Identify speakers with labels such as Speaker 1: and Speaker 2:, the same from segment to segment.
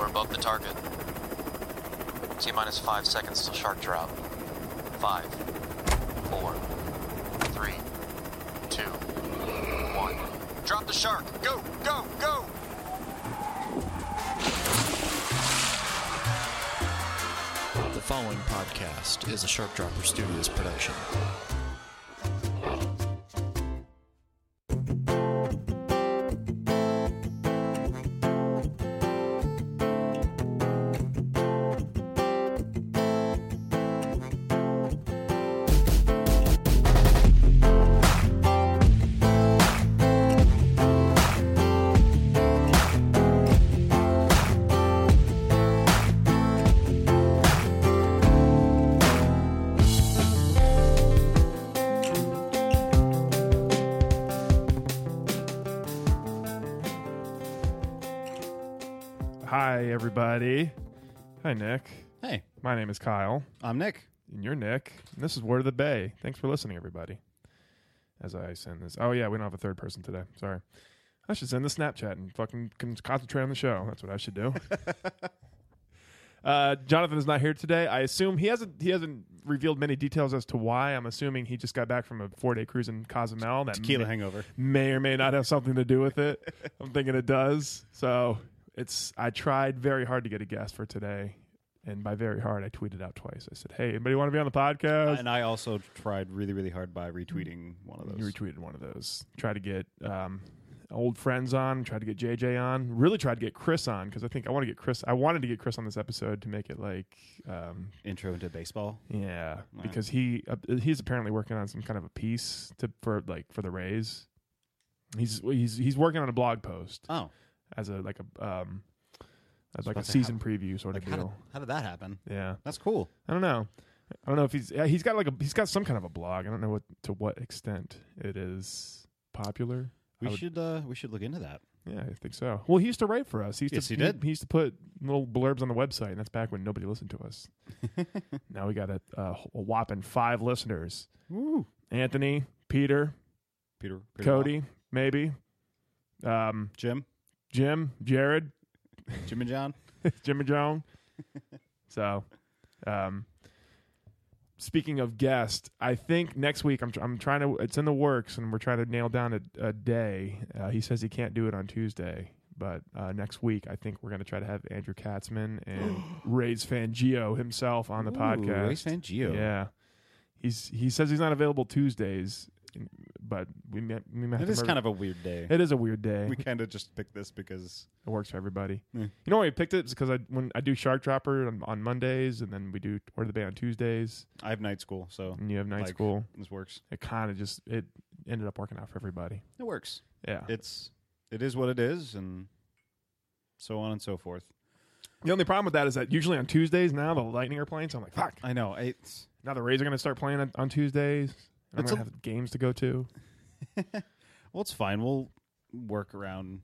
Speaker 1: above the target. T minus five seconds till shark drop. Five, four, three, two, one. Drop the shark. Go, go, go.
Speaker 2: The following podcast is a Shark Dropper Studios production.
Speaker 3: Hi, everybody. Hi, Nick.
Speaker 4: Hey,
Speaker 3: My name is Kyle,
Speaker 4: I'm Nick.
Speaker 3: and you're Nick. And this is Word of the Bay. Thanks for listening, everybody. As I send this. Oh, yeah, we don't have a third person today. Sorry. I should send the Snapchat and fucking con- concentrate on the show. That's what I should do. uh, Jonathan is not here today. I assume he hasn't he hasn't revealed many details as to why. I'm assuming he just got back from a four day cruise in Cozumel. That
Speaker 4: Tequila
Speaker 3: may-
Speaker 4: hangover.
Speaker 3: may or may not have something to do with it. I'm thinking it does. So it's I tried very hard to get a guest for today. And by very hard, I tweeted out twice. I said, "Hey, anybody want to be on the podcast?"
Speaker 4: and I also tried really, really hard by retweeting one of
Speaker 3: You
Speaker 4: those.
Speaker 3: retweeted one of those. Tried to get um, old friends on. Tried to get JJ on. Really tried to get Chris on because I think I want to get Chris. I wanted to get Chris on this episode to make it like, um,
Speaker 4: Intro into baseball.
Speaker 3: yeah,
Speaker 4: Wow.
Speaker 3: because he uh, he's apparently working on some kind of a piece to for like for the Rays. He's he's he's working on a blog post.
Speaker 4: Oh,
Speaker 3: as a like a um as like a
Speaker 4: about to
Speaker 3: season preview sort
Speaker 4: like
Speaker 3: of
Speaker 4: how did,
Speaker 3: deal.
Speaker 4: how did that happen?
Speaker 3: Yeah,
Speaker 4: That's cool.
Speaker 3: I don't know. I don't know if he's yeah, he's got like a he's got some kind of a blog. I don't know what to what extent it is popular.
Speaker 4: We
Speaker 3: I would-
Speaker 4: should uh, we should look into that.
Speaker 3: Yeah, I think so. Well, he used to write for us. He used
Speaker 4: Yes,
Speaker 3: to,
Speaker 4: he did.
Speaker 3: He, used to put little blurbs on the website, and that's back when nobody listened to us. now we got a, a whopping five listeners:
Speaker 4: Woo.
Speaker 3: Anthony, Peter,
Speaker 4: Peter, Peter Wall.
Speaker 3: Cody, maybe, um,
Speaker 4: Jim,
Speaker 3: Jim, Jared,
Speaker 4: Jim and John.
Speaker 3: Jimmy Jones. so, um, speaking of guest, I think next week I'm tr- I'm trying to it's in the works and we're trying to nail down a, a day. Uh, he says he can't do it on Tuesday, but uh, next week I think we're going to try to have Andrew Katzman and Ray's Fangio himself on the
Speaker 4: Ooh,
Speaker 3: podcast.
Speaker 4: Race fan Geo.
Speaker 3: Yeah, he's he says he's not available Tuesdays, but we may, we may have
Speaker 4: It
Speaker 3: to
Speaker 4: is
Speaker 3: murder-
Speaker 4: kind of a weird day.
Speaker 3: it is a weird day.
Speaker 4: we kind of just picked this because
Speaker 3: It works for everybody.
Speaker 4: Yeah.
Speaker 3: You know why I picked it? It's because I when I do Shark Dropper on, on Mondays, and then we do Word of the Bay on Tuesdays,
Speaker 4: I have night school, so
Speaker 3: and you have night
Speaker 4: Like-
Speaker 3: school.
Speaker 4: this works.
Speaker 3: It kind of just it ended up working out for everybody.
Speaker 4: It works.
Speaker 3: Yeah.
Speaker 4: It's it is what it is, and so on and so forth.
Speaker 3: the only problem with that is that usually on Tuesdays now the Lightning are playing, so I'm like, fuck.
Speaker 4: I know. It's
Speaker 3: Now the Rays are going to start playing on, on Tuesdays. and I'm
Speaker 4: It's
Speaker 3: going to
Speaker 4: a-
Speaker 3: have games to go to.
Speaker 4: well, it's fine. We'll work around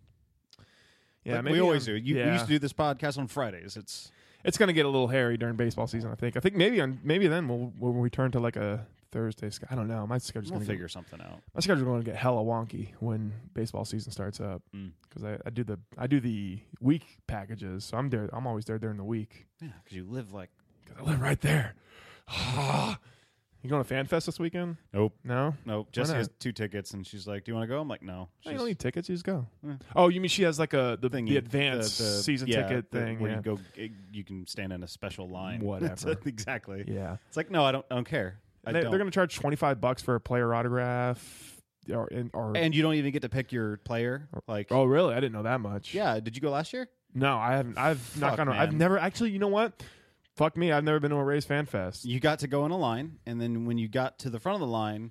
Speaker 3: Yeah,
Speaker 4: Like
Speaker 3: maybe
Speaker 4: we always
Speaker 3: on-
Speaker 4: do. You,
Speaker 3: yeah.
Speaker 4: We used to do this podcast on Fridays. It's
Speaker 3: It's going to get a little hairy during baseball season. I think. I think maybe on maybe then we'll we'll return to like a Thursday. sch- I don't know. My schedule's
Speaker 4: we'll
Speaker 3: going to
Speaker 4: figure something out.
Speaker 3: my schedule's going to get hella wonky when baseball season starts up
Speaker 4: Mm.
Speaker 3: because I, I do the I do the week packages, so I'm there. I'm always there during the week
Speaker 4: Yeah, because you live like
Speaker 3: because I live right there. you going to Fan Fest this weekend?
Speaker 4: nope,
Speaker 3: No, Oh,
Speaker 4: nope. Jesse
Speaker 3: not?
Speaker 4: has two tickets, and she's like, "Do you want to go?" I'm like, "No."
Speaker 3: I
Speaker 4: She's-
Speaker 3: don't need tickets. Oh, You just go.
Speaker 4: Yeah.
Speaker 3: Oh, you mean she has like a the,
Speaker 4: thingy,
Speaker 3: the advanced
Speaker 4: the- the-
Speaker 3: season
Speaker 4: yeah,
Speaker 3: ticket
Speaker 4: the-
Speaker 3: thing?
Speaker 4: where
Speaker 3: yeah.
Speaker 4: you go, it- you can stand in a special line.
Speaker 3: Whatever.
Speaker 4: exactly.
Speaker 3: yeah,
Speaker 4: It's like, no, I don't. I don't care. I
Speaker 3: And they,
Speaker 4: don't.
Speaker 3: are going to charge twenty five bucks for a player autograph. Or, and, or
Speaker 4: and you don't even get to pick your player. Like,
Speaker 3: oh, really? I didn't know that much.
Speaker 4: yeah. Did you go last year?
Speaker 3: No, I haven't. I've not
Speaker 4: Fuck,
Speaker 3: gone. I've
Speaker 4: man.
Speaker 3: never actually. You know what? Fuck me. I've never been to a Rays fan fest.
Speaker 4: You got to go in a line, and then when you got to the front of the line,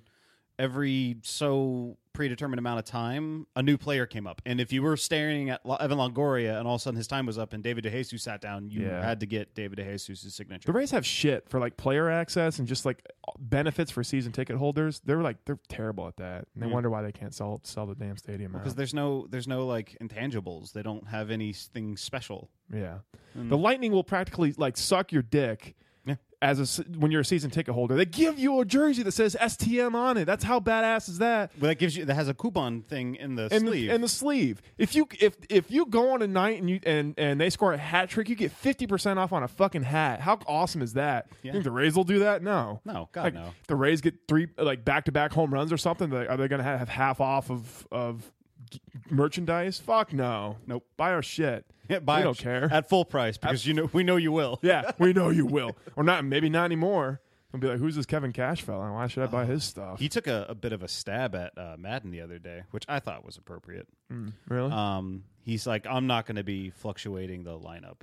Speaker 4: every so predetermined amount of time, a new player came up. And if you were staring at Lo- Evan Longoria, and all of a sudden his time was up, and David DeJesus sat down, you
Speaker 3: Yeah.
Speaker 4: had to get David DeJesus' signature.
Speaker 3: The Rays have shit for like player access and just like benefits for season ticket holders. They're like they're terrible at that, and they
Speaker 4: Yeah.
Speaker 3: wonder why they can't sell sell the damn stadium out.
Speaker 4: because there's no there's no like intangibles. They don't have anything special.
Speaker 3: yeah, the Lightning will practically like suck your dick.
Speaker 4: Yeah.
Speaker 3: as a se- when you're a season ticket holder, they give you a jersey that says STM on it. That's how badass is that.
Speaker 4: Well, that gives you that has a coupon thing in the
Speaker 3: And
Speaker 4: sleeve.
Speaker 3: the, and the sleeve. If you if if you go on a night and you and and they score a hat trick, you get fifty percent off on a fucking hat. How awesome is that? You
Speaker 4: Yeah.
Speaker 3: think the Rays will do that? No,
Speaker 4: No, God,
Speaker 3: Like,
Speaker 4: no.
Speaker 3: The Rays get three like back to back home runs or something. Like, are they going to have half off of of g- merchandise? Fuck no.
Speaker 4: Nope.
Speaker 3: Buy our shit.
Speaker 4: Yeah, buy
Speaker 3: we
Speaker 4: it
Speaker 3: don't care.
Speaker 4: at full price because you know we know you will.
Speaker 3: Yeah, we know you will. Or not, maybe not anymore. I'll be like, who's this Kevin Cash fella? Why should I buy his stuff?
Speaker 4: Oh, He took a, a bit of a stab at uh, Madden the other day, which I thought was appropriate.
Speaker 3: really?
Speaker 4: Um, he's like, I'm not going to be fluctuating the lineup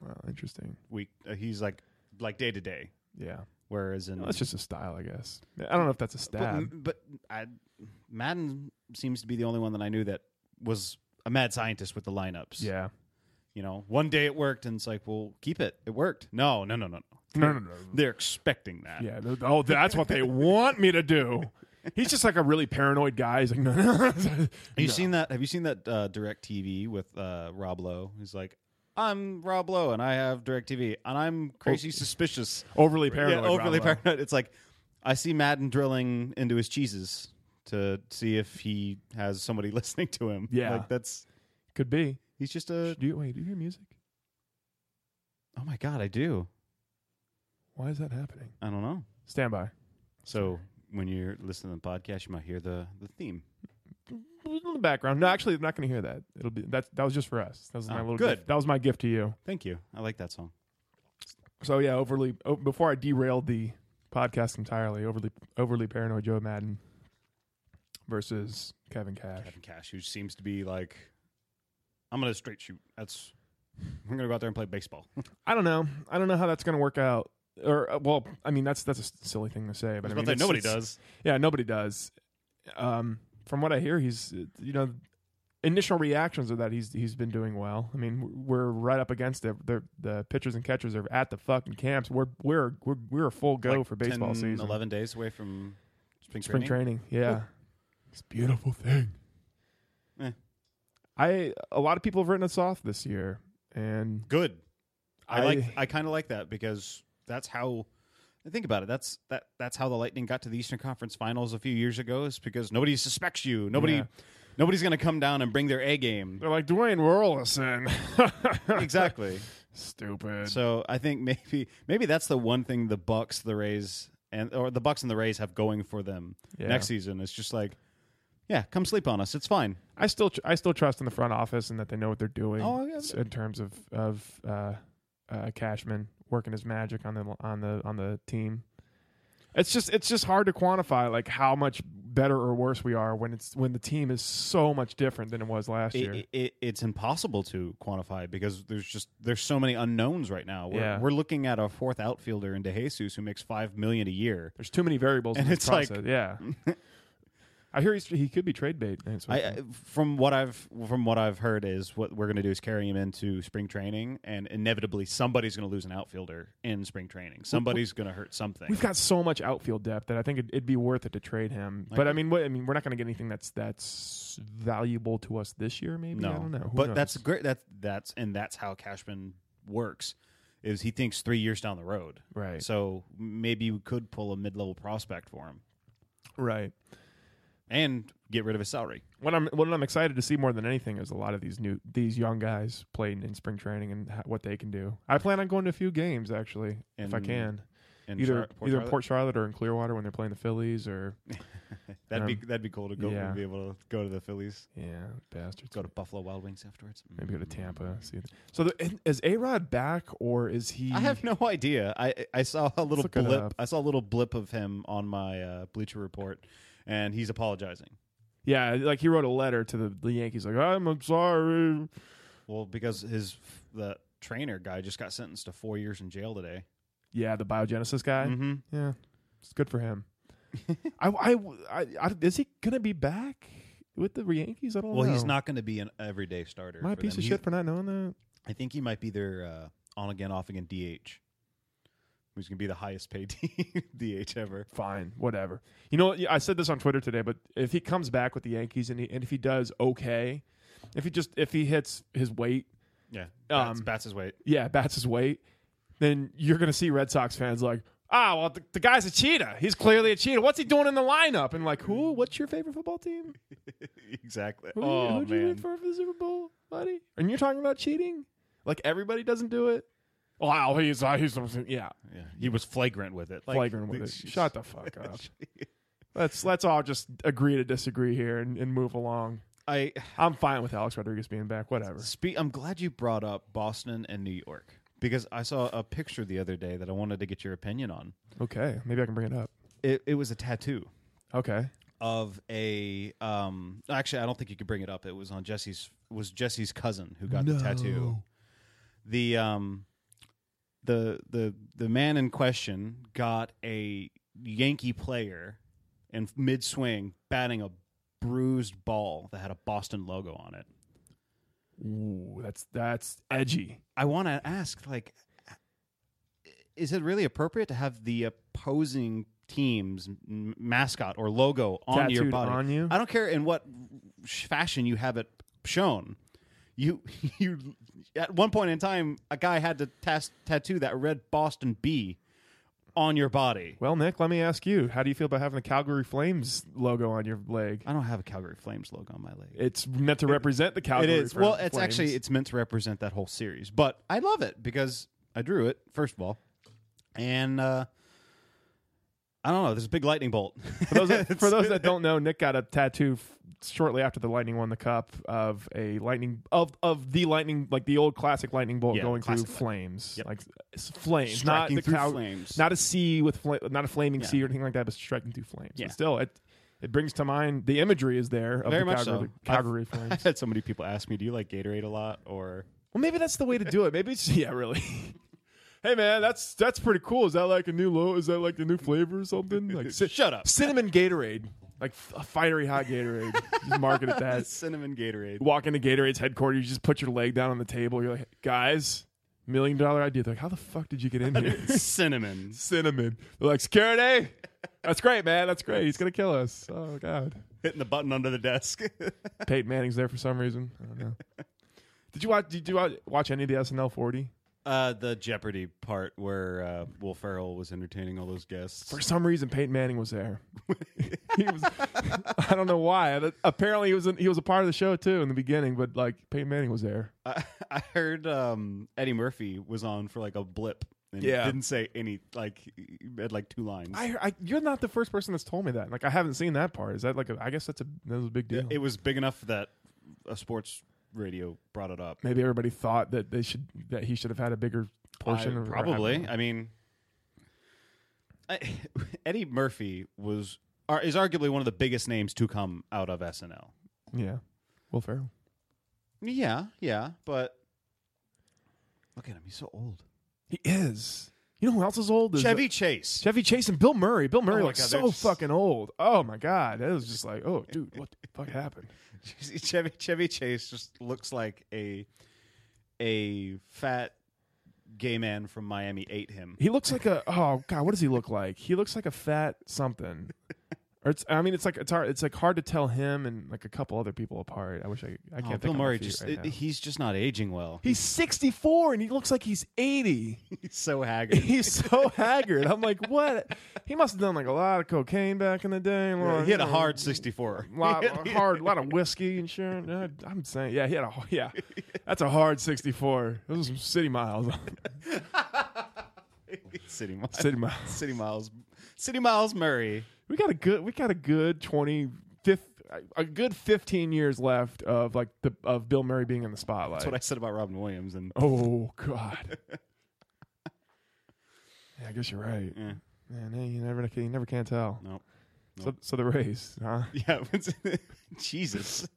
Speaker 3: Wow, interesting.
Speaker 4: week. Uh, he's like, like day to day.
Speaker 3: Yeah.
Speaker 4: Whereas in
Speaker 3: That's just a style, I guess. I don't know if that's a
Speaker 4: but,
Speaker 3: stab.
Speaker 4: but I, Madden seems to be the only one that I knew that was a mad scientist with the lineups.
Speaker 3: yeah.
Speaker 4: you know, one day it worked, and it's like, well, keep it. It worked. No, no, no, no,
Speaker 3: No, no, no.
Speaker 4: They're expecting that.
Speaker 3: Yeah. th- Oh, that's what they want me to do. He's just like a really paranoid guy. He's like, no, no.
Speaker 4: Have you seen that? Have you seen that uh, Direct TV with uh, Rob Lowe? He's like, I'm Rob Lowe, and I have Direct TV, and I'm crazy suspicious,
Speaker 3: overly paranoid.
Speaker 4: yeah, overly
Speaker 3: Rob Lowe.
Speaker 4: paranoid. It's like I see Madden drilling into his cheeses to see if he has somebody listening to him.
Speaker 3: Yeah.
Speaker 4: like that's
Speaker 3: Could be.
Speaker 4: he's just a.
Speaker 3: Do you, wait, do you hear music?
Speaker 4: Oh my god, I do.
Speaker 3: Why is that happening?
Speaker 4: I don't know.
Speaker 3: Stand by.
Speaker 4: So when you're listening to the podcast, you might hear the the theme.
Speaker 3: In the background. No, actually, I'm not going to hear that. It'll be that. That was just for us. That was my
Speaker 4: Oh,
Speaker 3: little
Speaker 4: good.
Speaker 3: Gift. That was my gift to you.
Speaker 4: Thank you. I like that song.
Speaker 3: So yeah, overly. Oh, before I derailed the podcast entirely, overly overly paranoid Joe Madden versus Kevin Cash.
Speaker 4: Kevin Cash, who seems to be like, I'm gonna straight shoot. That's I'm gonna go out there and play baseball.
Speaker 3: I don't know. I don't know how that's going to work out. Or uh, well, I mean that's that's a s- silly thing to say, but I
Speaker 4: But
Speaker 3: mean, it's-
Speaker 4: nobody
Speaker 3: it's-
Speaker 4: does.
Speaker 3: Yeah, nobody does. Um, from what I hear, he's uh, you know initial reactions are that he's he's been doing well. I mean, we're right up against it. The the pitchers and catchers are at the fucking camps. We're we're we're we're a full go
Speaker 4: Like
Speaker 3: for baseball
Speaker 4: 10,
Speaker 3: season.
Speaker 4: Eleven days away from spring,
Speaker 3: Spring
Speaker 4: training.
Speaker 3: training, yeah, it's a beautiful thing.
Speaker 4: Eh.
Speaker 3: I a lot of people have written us off this year, and
Speaker 4: Good. I,
Speaker 3: I-
Speaker 4: like. I kind of like that because that's how. Think about it. That's that. That's how the Lightning got to the Eastern Conference Finals a few years ago. Is because nobody suspects you. Nobody.
Speaker 3: Yeah.
Speaker 4: Nobody's gonna come down and bring their A game.
Speaker 3: they're like Dwayne Rollison.
Speaker 4: exactly.
Speaker 3: Stupid.
Speaker 4: So I think maybe maybe that's the one thing the Bucks, the Rays, and or the Bucks and the Rays have going for them
Speaker 3: Yeah.
Speaker 4: next season. It's just like, yeah, come sleep on us. It's fine.
Speaker 3: I still tr- I still trust in the front office and that they know what they're doing.
Speaker 4: Oh, yeah.
Speaker 3: s- in terms of of uh, uh, Cashman working his magic on the on the on the team. It's just it's just hard to quantify like how much better or worse we are when it's when the team is so much different than it was last year.
Speaker 4: It, it, it's impossible to quantify because there's just there's so many unknowns right now. We're,
Speaker 3: Yeah.
Speaker 4: we're looking at a fourth outfielder in DeJesus who makes five million a year.
Speaker 3: There's too many variables
Speaker 4: And
Speaker 3: in this
Speaker 4: it's like-
Speaker 3: process. yeah. I hear he's, he could be trade bait. That's what
Speaker 4: I, I from what I've from what I've heard is what we're going to do is carry him into spring training, and inevitably somebody's going to lose an outfielder in spring training. Somebody's going to hurt something.
Speaker 3: We've got so much outfield depth that I think it'd, it'd be worth it to trade him. But I mean, what, I mean, we're not going to get anything that's that's valuable to us this year. Maybe
Speaker 4: No,
Speaker 3: I don't know. Who
Speaker 4: but
Speaker 3: knows?
Speaker 4: that's great. That that's and that's how Cashman works. Is he thinks three years down the road,
Speaker 3: right,
Speaker 4: so maybe we could pull a mid-level prospect for him
Speaker 3: right.
Speaker 4: and get rid of his salary.
Speaker 3: What I'm what I'm excited to see more than anything is a lot of these new these young guys playing in spring training and ha- what they can do. I plan on going to a few games actually if I
Speaker 4: In-
Speaker 3: can,
Speaker 4: And
Speaker 3: either
Speaker 4: Char-
Speaker 3: either
Speaker 4: Port
Speaker 3: in
Speaker 4: Charlotte?
Speaker 3: Port Charlotte or in Clearwater when they're playing the Phillies or
Speaker 4: that'd be
Speaker 3: um,
Speaker 4: that'd be cool to go
Speaker 3: yeah.
Speaker 4: be able to go to the Phillies,
Speaker 3: yeah bastards.
Speaker 4: go to Buffalo Wild Wings afterwards,
Speaker 3: Maybe go to
Speaker 4: Mm.
Speaker 3: Tampa. See, so the, is A Rod back or is he?
Speaker 4: Mm. I have no idea. I I saw a little
Speaker 3: look it
Speaker 4: blip.
Speaker 3: up.
Speaker 4: I saw a little blip of him on my uh, Bleacher Report, and he's apologizing.
Speaker 3: Yeah, like he wrote a letter to the, the Yankees, like I'm sorry.
Speaker 4: Well, because his the trainer guy just got sentenced to four years in jail today.
Speaker 3: Yeah, the biogenesis guy.
Speaker 4: Mm-hmm.
Speaker 3: Yeah, it's good for him. I, I, I, I- is he gonna be back with the Yankees? I don't
Speaker 4: Well,
Speaker 3: know.
Speaker 4: he's not going to be an everyday starter.
Speaker 3: My
Speaker 4: for
Speaker 3: piece
Speaker 4: them.
Speaker 3: of
Speaker 4: He's-
Speaker 3: shit for not knowing that.
Speaker 4: I think he might be their uh, on again, off again DH. He's going to be the highest paid DH ever.
Speaker 3: Fine, whatever. You know, what? Yeah, I said this on Twitter today, but if he comes back with the Yankees and he, and if he does okay, if he just if he hits his weight,
Speaker 4: Yeah, bats,
Speaker 3: Um,
Speaker 4: bats his weight.
Speaker 3: yeah, bats his weight. then you're going to see Red Sox fans like, ah, well, the, the guy's a cheetah. He's clearly a cheetah. What's he doing in the lineup? And like, who? What's your favorite football team?
Speaker 4: exactly.
Speaker 3: Who,
Speaker 4: oh
Speaker 3: who'd you
Speaker 4: man,
Speaker 3: root for for the Super Bowl, buddy? And you're talking about cheating? Like everybody doesn't do it? Wow, he's uh, he's yeah,
Speaker 4: yeah, he was flagrant with it. Like,
Speaker 3: flagrant with it. Shut the fuck up. Let's let's all just agree to disagree here and, and move along.
Speaker 4: I
Speaker 3: I'm fine with Alex Rodriguez being back. Whatever.
Speaker 4: Spe- I'm glad you brought up Boston and New York because I saw a picture the other day that I wanted to get your opinion on.
Speaker 3: Okay, maybe I can bring it up.
Speaker 4: It, it was a tattoo
Speaker 3: Okay.
Speaker 4: of a. Um, actually, I don't think you could bring it up. It was on Jesse's was Jesse's cousin who got the tattoo. The um, the the the man in question got a Yankee player in mid swing batting a bruised ball that had a Boston logo on it.
Speaker 3: Ooh, that's that's edgy.
Speaker 4: I want to ask, like, is it really appropriate to have the opposing team's m- mascot or logo on your
Speaker 3: Tattooed
Speaker 4: body?
Speaker 3: on you?
Speaker 4: I don't care in what sh- fashion you have it shown. You, you, at one point in time, a guy had to tas- tattoo that red Boston B on your body.
Speaker 3: Well, Nick, let me ask you: How do you feel about having the Calgary Flames logo on your leg?
Speaker 4: I don't have a Calgary Flames logo on my leg.
Speaker 3: It's meant to represent the Calgary.
Speaker 4: it is
Speaker 3: Fl-
Speaker 4: well. It's
Speaker 3: Flames.
Speaker 4: actually it's meant to represent that whole series, but I love it because I drew it first of all, and uh, I don't know. There's a big lightning bolt.
Speaker 3: for those that, for those that don't know, Nick got a tattoo f- shortly after the Lightning won the Cup of a lightning of of the lightning like the old classic lightning bolt
Speaker 4: Yeah,
Speaker 3: going through
Speaker 4: classic
Speaker 3: flames,
Speaker 4: Yep.
Speaker 3: like it's flames, not
Speaker 4: Striking
Speaker 3: the
Speaker 4: through
Speaker 3: Cal-
Speaker 4: flames.
Speaker 3: not a sea with fla- not a flaming
Speaker 4: Yeah.
Speaker 3: sea or anything like that, but striking through flames.
Speaker 4: Yeah.
Speaker 3: But still, it it brings to mind the imagery is there of
Speaker 4: Very
Speaker 3: the
Speaker 4: much
Speaker 3: Calgary,
Speaker 4: so.
Speaker 3: Calgary
Speaker 4: I
Speaker 3: Flames.
Speaker 4: had so many people ask me, "Do you like Gatorade a lot?" Or
Speaker 3: Well, maybe that's the way to do it. Maybe it's yeah, really. hey man, that's that's pretty cool. Is that like a new low? Is that like the new flavor or something? Like ci-
Speaker 4: Shut up.
Speaker 3: cinnamon Gatorade, like f- a fiery hot Gatorade. just market it that.
Speaker 4: cinnamon Gatorade.
Speaker 3: Walk into Gatorade's headquarters, you just put your leg down on the table. You're like, guys, million dollar idea. They're like, how the fuck did you get in here?
Speaker 4: cinnamon.
Speaker 3: cinnamon. They're like, security. That's great, man. That's great. He's gonna kill us. Oh god.
Speaker 4: Hitting the button under the desk.
Speaker 3: Peyton Manning's there for some reason. I don't know. Did you watch? Did you wa- watch any of the SNL 40?
Speaker 4: uh, the Jeopardy part where uh, Will Ferrell was entertaining all those guests.
Speaker 3: For some reason, Peyton Manning was there. he was, I don't know why. That- Apparently, he was in, he was a part of the show too in the beginning, but like Peyton Manning was there.
Speaker 4: I, I heard um, Eddie Murphy was on for like a blip and
Speaker 3: Yeah.
Speaker 4: didn't say any like he had like two lines.
Speaker 3: I, I you're not the first person that's told me that. Like I haven't seen that part. Is that like a, I guess that's a that was a big deal.
Speaker 4: it was big enough that a sports radio brought it up.
Speaker 3: Maybe everybody thought that they should that he should have had a bigger portion.
Speaker 4: I-
Speaker 3: of,
Speaker 4: probably. I mean, I, Eddie Murphy was are, is arguably one of the biggest names to come out of SNL.
Speaker 3: yeah. Will Ferrell.
Speaker 4: Yeah, yeah, but look at him; he's so old.
Speaker 3: He is. You know who else is old? Is uh,
Speaker 4: Chevy Chase.
Speaker 3: Chevy Chase and Bill Murray. Bill Murray
Speaker 4: my
Speaker 3: looks
Speaker 4: God,
Speaker 3: so
Speaker 4: they're just-
Speaker 3: fucking old. Oh my god, that was just like, oh dude, what the fuck happened?
Speaker 4: Chevy Chevy Chase just looks like a a fat gay man from Miami ate him.
Speaker 3: He looks like a oh god, what does he look like? He looks like a fat something. Or it's, I mean, it's like it's hard. It's like hard to tell him and like a couple other people apart. I wish I I can't.
Speaker 4: Oh,
Speaker 3: think
Speaker 4: Bill
Speaker 3: on my
Speaker 4: Murray
Speaker 3: feet
Speaker 4: just
Speaker 3: right
Speaker 4: it-
Speaker 3: now.
Speaker 4: he's just not aging well.
Speaker 3: he's sixty four and he looks like he's eighty.
Speaker 4: He's so haggard.
Speaker 3: he's so haggard. I'm like, what? He must have done like a lot of cocaine back in the day. lot-
Speaker 4: he had a
Speaker 3: you know,
Speaker 4: hard 64.
Speaker 3: lot hard, lot of whiskey and shit. Yeah, I'm saying, yeah, he had a yeah. That's a hard sixty four. Those are some city miles.
Speaker 4: City Miles.
Speaker 3: city miles.
Speaker 4: City Miles. City Miles Murray.
Speaker 3: we got a good we got a good 20 fif- a good 15 years left of like the of bill murray being in the spotlight
Speaker 4: That's what I said about Robin Williams. And
Speaker 3: oh god yeah i guess you're right
Speaker 4: yeah,
Speaker 3: man hey, you never you never can tell
Speaker 4: no,
Speaker 3: so, so the race huh
Speaker 4: yeah. it's- Jesus.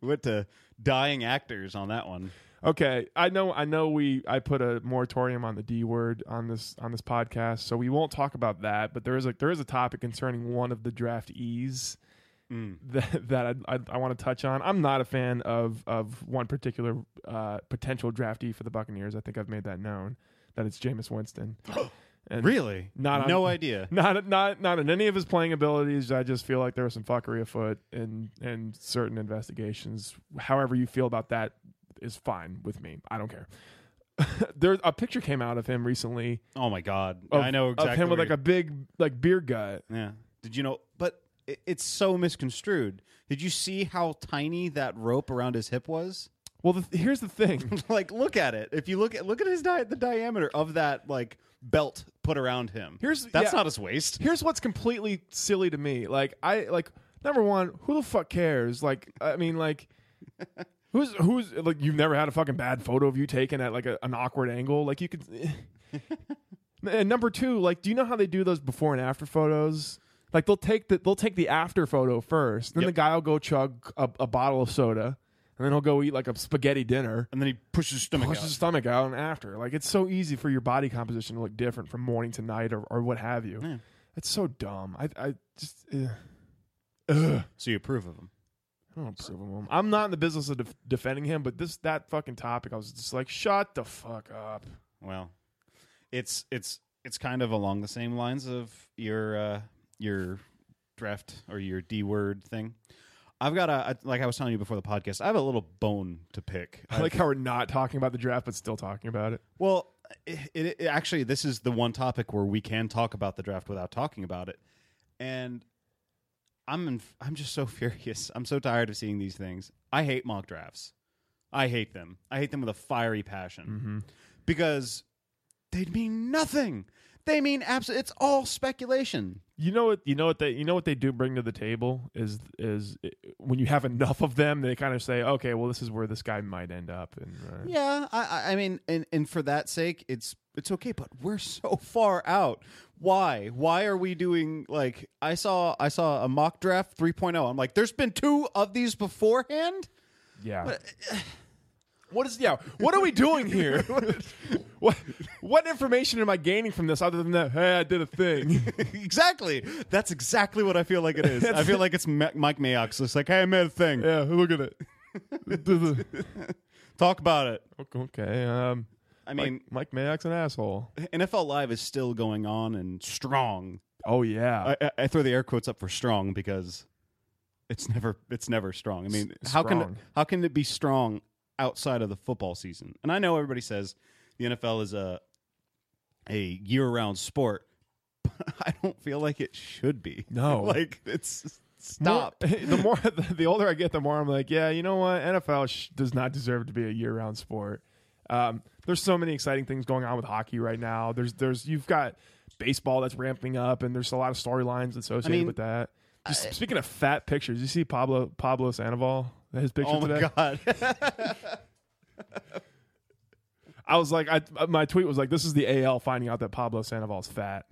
Speaker 4: we went to dying actors on that one.
Speaker 3: okay i know i know we i put a moratorium on the d word on this on this podcast so we won't talk about that but there is a there is a topic concerning one of the draft e's
Speaker 4: Mm.
Speaker 3: that, that I'd, I'd, I want to touch on. I'm not a fan of of one particular uh, potential draftee for the Buccaneers. I think I've made that known that it's Jameis Winston. And
Speaker 4: Really?
Speaker 3: Not on-
Speaker 4: no idea.
Speaker 3: Not not not in any of his playing abilities. I just feel like there was some fuckery afoot in in certain investigations. However you feel about that is fine with me. I don't care. there a picture came out of him recently
Speaker 4: Oh my god,
Speaker 3: of,
Speaker 4: I know exactly.
Speaker 3: of him with
Speaker 4: where
Speaker 3: like a big like beer gut.
Speaker 4: you're- yeah. Did you know? But it, it's so misconstrued. Did you see how tiny that rope around his hip was?
Speaker 3: Well, the, here's the thing.
Speaker 4: like, look at it. If you look at look at his di- the diameter of that like belt put around him.
Speaker 3: Here's-
Speaker 4: that's
Speaker 3: yeah.
Speaker 4: not his waist.
Speaker 3: Here's what's completely silly to me. Like I like number one, who the fuck cares? Like I mean, like who's who's like you've never had a fucking bad photo of you taken at like a, an awkward angle. Like you could. and number two, like, do you know how they do those before and after photos? Like they'll take the they'll take the after photo first, then
Speaker 4: Yep.
Speaker 3: the guy will go chug a, a bottle of soda, and then he'll go eat like a spaghetti dinner.
Speaker 4: And then he pushes his stomach
Speaker 3: Push his stomach out and after. Like it's so easy for your body composition to look different from morning to night or, or what have you.
Speaker 4: Yeah.
Speaker 3: It's so dumb. I I just ugh. Ugh.
Speaker 4: So you approve of him?
Speaker 3: I don't approve of him. I'm not in the business of def- defending him, but this that fucking topic, I was just like, shut the fuck up.
Speaker 4: Well, it's it's it's kind of along the same lines of your uh, your draft or your D word thing. I've got a like I was telling you before the podcast. I have a little bone to pick.
Speaker 3: I like how we're not talking about the draft, but still talking about it.
Speaker 4: Well, it, it, it- actually this is the one topic where we can talk about the draft without talking about it, and I'm in, I'm just so furious. I'm so tired of seeing these things. I hate mock drafts. I hate them. I hate them with a fiery passion because they mean nothing. They mean absolutely. It's all speculation.
Speaker 3: You know what? You know what they you know what they do bring to the table is is it, when you have enough of them, they kind of say, okay, well, this is where this guy might end up. And uh,
Speaker 4: Yeah, I, I- I mean, and, and for that sake, it's it's okay. But we're so far out. Why? Why are we doing like I saw I saw a mock draft 3.0. I'm like, there's been two of these beforehand.
Speaker 3: Yeah. uh, what is yeah? What are we doing here? what what information am I gaining from this other than that? Hey, I did a thing.
Speaker 4: exactly. That's exactly what I feel like it is. I feel like it's Ma- Mike Mayock's. It's like, hey, I made a thing.
Speaker 3: yeah, look at it.
Speaker 4: Talk about it.
Speaker 3: okay. Um,
Speaker 4: I mean,
Speaker 3: Mike Mayock's an asshole.
Speaker 4: NFL Live is still going on and strong.
Speaker 3: Oh yeah.
Speaker 4: I, I- I throw the air quotes up for strong because it's never it's never strong. I mean,
Speaker 3: S-
Speaker 4: how can
Speaker 3: strong.
Speaker 4: how can it be strong outside of the football season? And I know everybody says the NFL is a a year round sport, but I don't feel like it should be.
Speaker 3: No.
Speaker 4: like it's
Speaker 3: More-
Speaker 4: stop.
Speaker 3: the more the older I get, the more I'm like, yeah, you know what? NFL sh- does not deserve to be a year-round sport. Um, there's so many exciting things going on with hockey right now. There's there's you've got baseball that's ramping up, and there's a lot of storylines associated
Speaker 4: mean,
Speaker 3: with that. Just speaking of fat pictures, you see Pablo Pablo Sandoval his picture
Speaker 4: Oh my
Speaker 3: today.
Speaker 4: god!
Speaker 3: I was like, I uh, my tweet was like, this is the AL finding out that Pablo Sandoval's fat.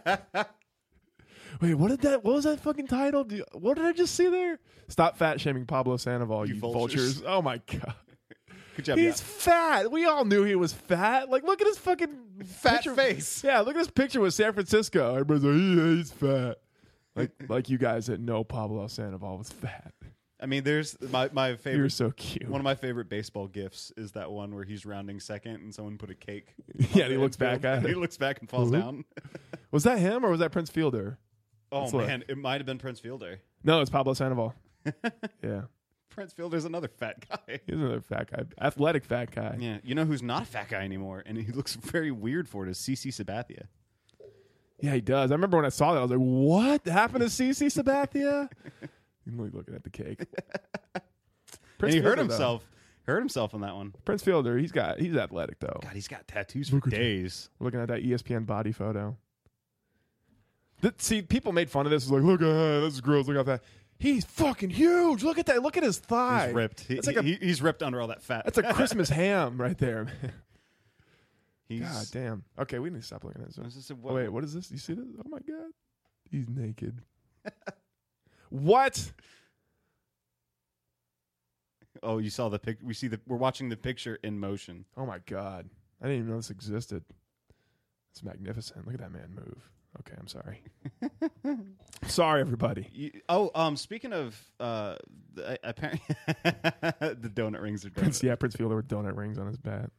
Speaker 3: Wait, what did that? What was that fucking title? Do- what did I just see there? Stop fat shaming Pablo Sandoval, you,
Speaker 4: You
Speaker 3: vultures.
Speaker 4: vultures.
Speaker 3: Oh my god,
Speaker 4: Good job.
Speaker 3: he's
Speaker 4: yeah.
Speaker 3: fat. We all knew he was fat. Like, look at his fucking
Speaker 4: Fat
Speaker 3: picture-
Speaker 4: face.
Speaker 3: Yeah, look at his picture with San Francisco. Everybody's like, yeah, he's fat. Like, like you guys that know Pablo Sandoval was fat.
Speaker 4: I mean, there's my my
Speaker 3: You're
Speaker 4: favorite.
Speaker 3: so cute.
Speaker 4: One of my favorite baseball gifs is that one where he's rounding second and someone put a cake.
Speaker 3: Yeah, and he looks back at
Speaker 4: He
Speaker 3: it.
Speaker 4: looks back and falls
Speaker 3: Whoop.
Speaker 4: down.
Speaker 3: Was that him or was that Prince Fielder?
Speaker 4: Oh
Speaker 3: Let's look.
Speaker 4: man, it might have been Prince Fielder.
Speaker 3: No, it's Pablo Sandoval. yeah.
Speaker 4: Prince Fielder's another fat guy.
Speaker 3: He's another fat guy, athletic fat guy.
Speaker 4: Yeah, you know who's not a fat guy anymore, and he looks very weird for it is CC Sabathia.
Speaker 3: Yeah, he does. I remember when I saw that, I was like, "What happened to CC Sabathia?" I'm like looking at the cake.
Speaker 4: and he hurt
Speaker 3: Fielder, though.
Speaker 4: himself. Hurt himself on that one.
Speaker 3: Prince Fielder, he's got he's athletic though.
Speaker 4: God, he's got tattoos
Speaker 3: Look
Speaker 4: for
Speaker 3: at him.
Speaker 4: days.
Speaker 3: Looking at that E ESPN body photo. That, see, people made fun of this. It was like, look at that. This is gross. Look at that. He's fucking huge. Look at that. Look at his thigh.
Speaker 4: He's ripped. He,
Speaker 3: That's like a-
Speaker 4: he- he's ripped under all that fat.
Speaker 3: That's a Christmas ham right there. Man.
Speaker 4: he's,
Speaker 3: God damn. Okay, we need to stop looking at this.
Speaker 4: I was just-
Speaker 3: Oh, wait, what is this? You see this? Oh my god, he's naked. what?
Speaker 4: Oh, you saw the pic. We see the. We're watching the picture in motion.
Speaker 3: Oh my god, I didn't even know this existed. It's magnificent. Look at that man move. Okay, I'm sorry. sorry, everybody.
Speaker 4: You, oh, um, speaking of uh, the, apparently the donut rings are donuts.
Speaker 3: Prince, yeah, Prince Fielder with donut rings on his bat.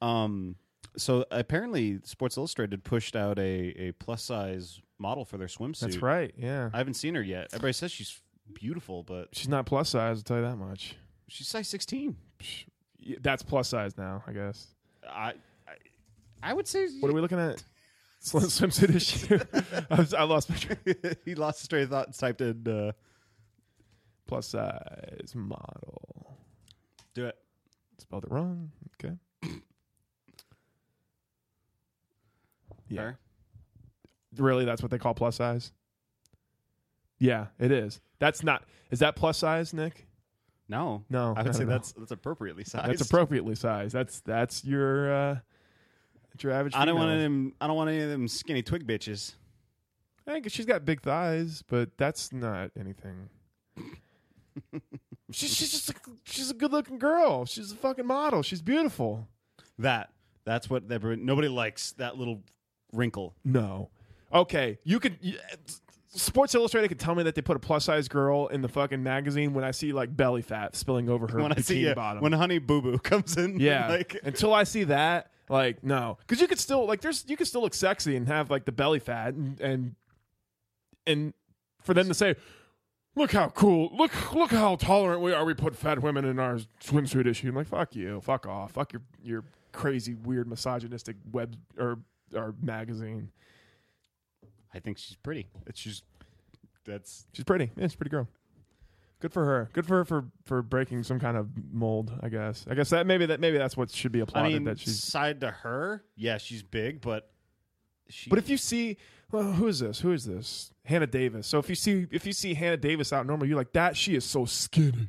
Speaker 4: Um, so apparently, Sports Illustrated pushed out a, a plus size model for their swimsuit.
Speaker 3: That's right. Yeah,
Speaker 4: I haven't seen her yet. Everybody says she's beautiful, but
Speaker 3: she's not plus size. I'll tell you that much.
Speaker 4: she's size 16.
Speaker 3: Psh, y- That's plus size now, I guess.
Speaker 4: I, I, I would say
Speaker 3: What are we looking at? Slim swimsuit issue. I, was, I lost my train.
Speaker 4: he lost his train of thought and typed in. Uh,
Speaker 3: Plus size model.
Speaker 4: Do it.
Speaker 3: Spelled it wrong. Okay. Yeah.
Speaker 4: Fair.
Speaker 3: Really, that's what they call plus size? Yeah, it is. That's not. Is that plus size, Nick?
Speaker 4: No.
Speaker 3: No,
Speaker 4: I would
Speaker 3: no,
Speaker 4: say
Speaker 3: no.
Speaker 4: that's that's appropriately sized.
Speaker 3: That's appropriately sized. That's that's your uh, that's your average.
Speaker 4: I don't want
Speaker 3: female.
Speaker 4: them. I don't want any of them skinny twig bitches.
Speaker 3: I think she's got big thighs, but that's not anything. she's, she's just a, she's a good-looking girl. She's a fucking model. She's beautiful.
Speaker 4: That that's what they, nobody likes. That little wrinkle.
Speaker 3: No. Okay, you could. You, Sports Illustrated could tell me that they put a plus-size girl in the fucking magazine when I see like belly fat spilling over her
Speaker 4: when I
Speaker 3: bikini
Speaker 4: see uh,
Speaker 3: bottom.
Speaker 4: when Honey Boo Boo comes in.
Speaker 3: Yeah.
Speaker 4: like
Speaker 3: until I see that, like no, because you could still like there's you could still look sexy and have like the belly fat and and and for them to say, look how cool, look look how tolerant we are. We put fat women in our swimsuit issue. I'm like fuck you, fuck off, fuck your your crazy weird misogynistic web or or magazine.
Speaker 4: I think she's pretty. It's she's that's
Speaker 3: She's pretty. Yeah, she's a pretty girl. Good for her. Good for her for, for breaking some kind of mold. I guess. I guess that maybe that maybe that's what should be applauded.
Speaker 4: I mean
Speaker 3: that she's
Speaker 4: side to her. Yeah, she's big, but she
Speaker 3: But if you see, well, who is this? Who is this? Hannah Davis. So if you see if you see Hannah Davis out normal, you're like that. She is so skinny.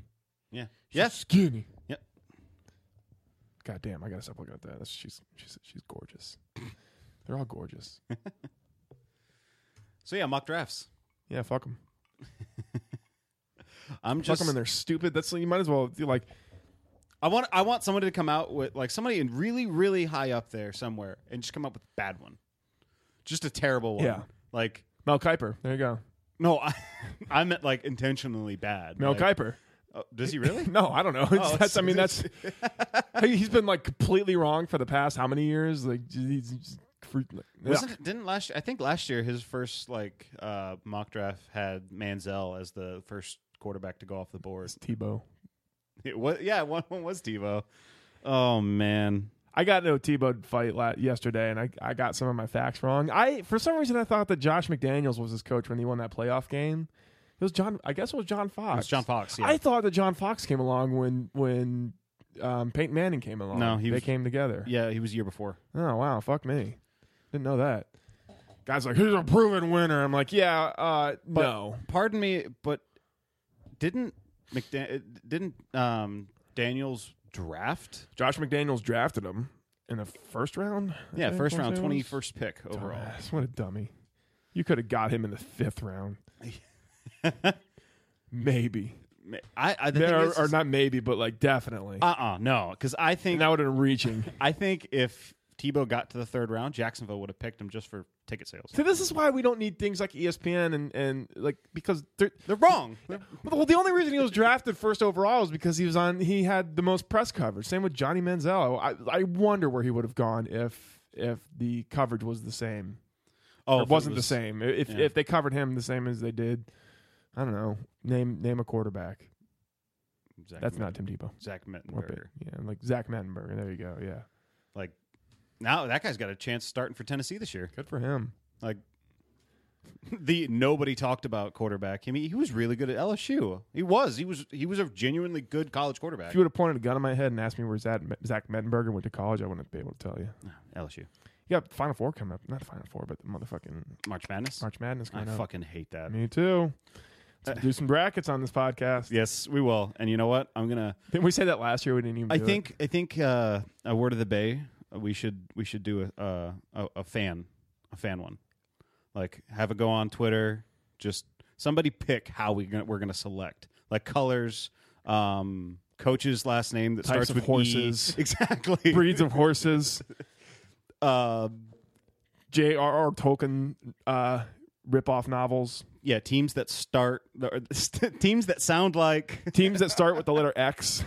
Speaker 4: yeah
Speaker 3: She's
Speaker 4: yes
Speaker 3: skinny.
Speaker 4: Yep.
Speaker 3: God damn, I gotta stop looking at that. That's, she's she's she's gorgeous. They're all gorgeous.
Speaker 4: so yeah mock drafts.
Speaker 3: Yeah, fuck them.
Speaker 4: I'm
Speaker 3: Fuck
Speaker 4: just
Speaker 3: them, and they're stupid. That's you might as well do like
Speaker 4: I want I want somebody to come out with like somebody in really really high up there somewhere and just come up with a bad one, just a terrible one.
Speaker 3: Yeah.
Speaker 4: like
Speaker 3: Mel Kiper. There you go,
Speaker 4: no, I I meant like intentionally bad.
Speaker 3: Mel
Speaker 4: like,
Speaker 3: Kiper.
Speaker 4: oh, does he really?
Speaker 3: No, I don't know. It's-
Speaker 4: Oh,
Speaker 3: that's, I mean, that's he- he's been like completely wrong for the past how many years? Like, he's just, fruit- like,
Speaker 4: Wasn't it, didn't last? I think last year his first like uh, mock draft had Manziel as the first quarterback to go off the board.
Speaker 3: Tebow.
Speaker 4: It was yeah, one one was Devo. Oh man,
Speaker 3: I got into a Tebow fight la- yesterday, and I, I got some of my facts wrong. I for some reason I thought that Josh McDaniels was his coach when he won that playoff game. It was John. I guess it was John Fox.
Speaker 4: it was John Fox. Yeah,
Speaker 3: I thought that John Fox came along when when um, Peyton Manning came along.
Speaker 4: No, he
Speaker 3: they
Speaker 4: was-
Speaker 3: came together.
Speaker 4: yeah, he was the year before.
Speaker 3: Oh wow, fuck me, didn't know that. Guys like he's a proven winner. I'm like, yeah, uh, no,
Speaker 4: pardon me, but didn't McDan- didn't um, Daniels draft?
Speaker 3: Josh McDaniels drafted him in the first round. I
Speaker 4: Yeah,
Speaker 3: think,
Speaker 4: first
Speaker 3: I wanna say
Speaker 4: round,
Speaker 3: it was.
Speaker 4: twenty first pick overall.
Speaker 3: Dumbass, What a dummy. You could have got him in the fifth round. maybe.
Speaker 4: I, I the thing
Speaker 3: Or,
Speaker 4: is-
Speaker 3: or not maybe, but like definitely.
Speaker 4: Uh-uh, no, because I think
Speaker 3: and that would have been reaching.
Speaker 4: I think if Tebow got to the third round, Jacksonville would have picked him just for ticket sales.
Speaker 3: See, this is why we don't need things like E ESPN and, and like because they're,
Speaker 4: They're wrong.
Speaker 3: well, the only reason he was drafted first overall is because he was on he had the most press coverage. Same with Johnny Manziel. I, I wonder where he would have gone if if the coverage was the same.
Speaker 4: Oh,
Speaker 3: Or
Speaker 4: if it
Speaker 3: wasn't
Speaker 4: was-
Speaker 3: the same. If
Speaker 4: yeah.
Speaker 3: if they covered him the same as they did, I don't know. Name name a quarterback.
Speaker 4: Zach
Speaker 3: That's
Speaker 4: Met-
Speaker 3: not Tim Tebow.
Speaker 4: Zach
Speaker 3: Or Pitt.
Speaker 4: Mettenberger.
Speaker 3: Yeah, like Zach Mettenberger. There you go. Yeah,
Speaker 4: Like now, that guy's got a chance starting for Tennessee this year.
Speaker 3: good for him.
Speaker 4: Like the nobody talked about quarterback. I mean, he was really good at LSU. He was. He was. He was a genuinely good college quarterback.
Speaker 3: If you would have pointed a gun at my head and asked me where Zach Zach Mettenberger went to college, I wouldn't be able to tell you.
Speaker 4: LSU
Speaker 3: You got Final Four coming up. Not Final Four, but the motherfucking
Speaker 4: March Madness.
Speaker 3: March Madness
Speaker 4: I
Speaker 3: coming up.
Speaker 4: fucking hate that.
Speaker 3: Me too. Let's do some brackets on this podcast.
Speaker 4: Yes, we will. And you know what? I'm gonna.
Speaker 3: Didn't we say that last year? We didn't even.
Speaker 4: I
Speaker 3: do it?
Speaker 4: think. I think. Uh, a word of the bay. uh, We should. We should do a, uh, a a fan, a fan one. Like have a go on Twitter. Just somebody pick how we gonna, we're gonna select like colors, um, coach's last name that
Speaker 3: Types
Speaker 4: starts
Speaker 3: of
Speaker 4: with E.
Speaker 3: horses.
Speaker 4: Exactly.
Speaker 3: breeds of horses.
Speaker 4: Um,
Speaker 3: J.R.R. Tolkien uh, ripoff novels.
Speaker 4: yeah, teams that start or teams that sound like
Speaker 3: Teams that start with the letter X.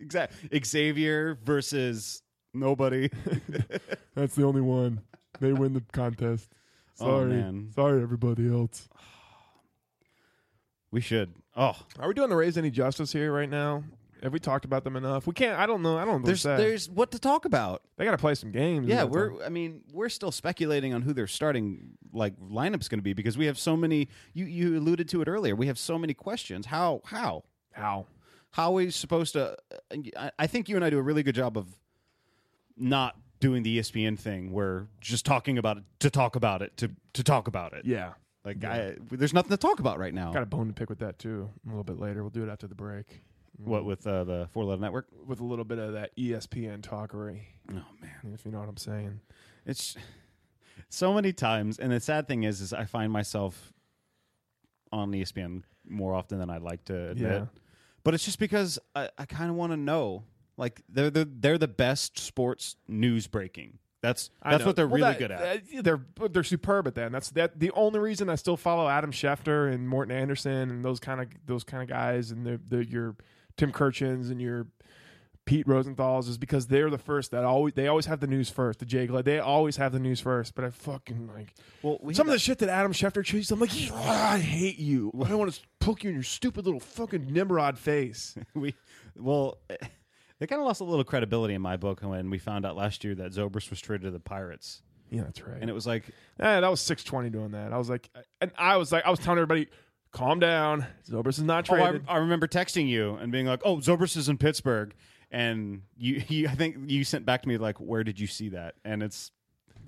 Speaker 4: exact Xavier versus nobody.
Speaker 3: That's the only one. They win the contest.
Speaker 4: Oh,
Speaker 3: Sorry.
Speaker 4: man.
Speaker 3: Sorry, everybody else.
Speaker 4: we Oh, should. Oh,
Speaker 3: Are we doing the Rays any justice here right now? Have we talked about them enough? We can't. I don't know. I don't.
Speaker 4: There's
Speaker 3: There's, they
Speaker 4: there's what to talk about.
Speaker 3: got to play some games.
Speaker 4: Yeah,
Speaker 3: in that time.
Speaker 4: we're I mean, we're still speculating on who their starting like lineup's going to be because we have so many you you alluded to it earlier. We have so many questions. How how
Speaker 3: how
Speaker 4: how are we supposed to I, I think you and I do a really good job of not doing the E ESPN thing where just talking about it to talk about it to to talk about it.
Speaker 3: yeah.
Speaker 4: Like I, there's nothing to talk about right now.
Speaker 3: Got a bone to pick with that too. A little bit later, we'll do it after the break
Speaker 4: What with uh, the Four Letter Network?
Speaker 3: with a little bit of that E ESPN talkery,
Speaker 4: Oh man,
Speaker 3: if you know what I'm saying.
Speaker 4: it's so many times, and the sad thing is, is I find myself on E ESPN more often than I'd like to admit.
Speaker 3: Yeah.
Speaker 4: But it's just because I, I kind of want to know. Like they're the they're the best sports news breaking. That's
Speaker 3: I
Speaker 4: that's
Speaker 3: know.
Speaker 4: what they're
Speaker 3: Well,
Speaker 4: really
Speaker 3: that-
Speaker 4: good at.
Speaker 3: that- yeah, they're but they're superb at that. And that's that. The only reason I still follow Adam Schefter and Morton Anderson and those kind of those kind of guys and the, the your Tim Kirchens and your Pete Rosenthal's is because they're the first that always they always have the news first. The Jay Glad they always have the news first. But I fucking like
Speaker 4: well, we
Speaker 3: some of
Speaker 4: had
Speaker 3: the shit that Adam Schefter chooses. I'm like, "Yeah, I hate you. I don't want to poke you in your stupid little fucking Nimrod face.
Speaker 4: a- we well. They kind of lost a little credibility in my book when we found out last year that Zobrist was traded to the Pirates,
Speaker 3: yeah, that's right.
Speaker 4: and it was like
Speaker 3: Eh, that was 620 doing that. I was like, and I was like, I was telling everybody, calm down. Zobrist is not
Speaker 4: Oh,
Speaker 3: traded.
Speaker 4: I, I remember texting you and being like, "Oh, Zobrist is in Pittsburgh," and you, you, I think you sent back to me like, "Where did you see that?" And it's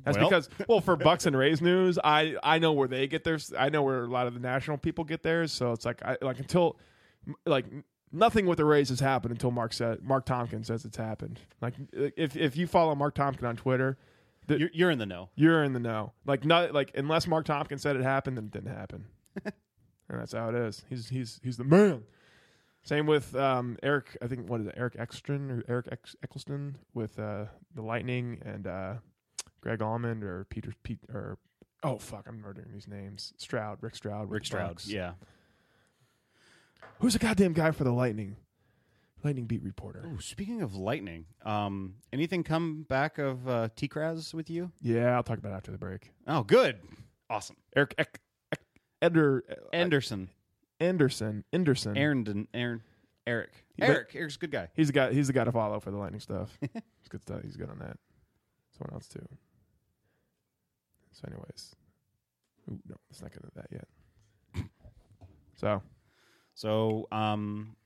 Speaker 3: That's
Speaker 4: well,
Speaker 3: because, well, for Bucks and Rays news, I I know where they get theirs. I know where a lot of the national people get theirs. So it's like, I like until, like nothing with the Rays has happened until Mark said Mark Tompkins says it's happened. Like if if you follow Mark Tompkins on Twitter,
Speaker 4: you're, you're in the know.
Speaker 3: you're in the know. Like not like unless Mark Tompkins said it happened, then it didn't happen. and that's how it is. He's he's he's the man. Same with um, Eric. I think what is it? Eric Ekstrom or Eric Ex- Eccleston with uh, the Lightning and uh, Greg Almond or Peter Pete or oh fuck, I'm murdering these names. Stroud, Rick Stroud, with
Speaker 4: Rick
Speaker 3: the
Speaker 4: Stroud,
Speaker 3: Bucks.
Speaker 4: yeah.
Speaker 3: Who's the goddamn guy for the Lightning? Lightning beat reporter.
Speaker 4: Ooh, speaking of lightning, um, anything come back of uh, T. Kraz with you?
Speaker 3: Yeah, I'll talk about it after the break.
Speaker 4: Oh, good, awesome. Uh,
Speaker 3: Eric Ek, Ek, Ender, uh,
Speaker 4: Anderson,
Speaker 3: Anderson, Anderson.
Speaker 4: Aaron, Aaron, Eric,
Speaker 3: Yeah, but-
Speaker 4: Eric, Eric's a good guy.
Speaker 3: He's the guy. He's the guy to follow for the lightning stuff. It's good stuff. He's good on that. Someone else too. So, anyways, Ooh, no, let's not get into that yet. So,
Speaker 4: So, um,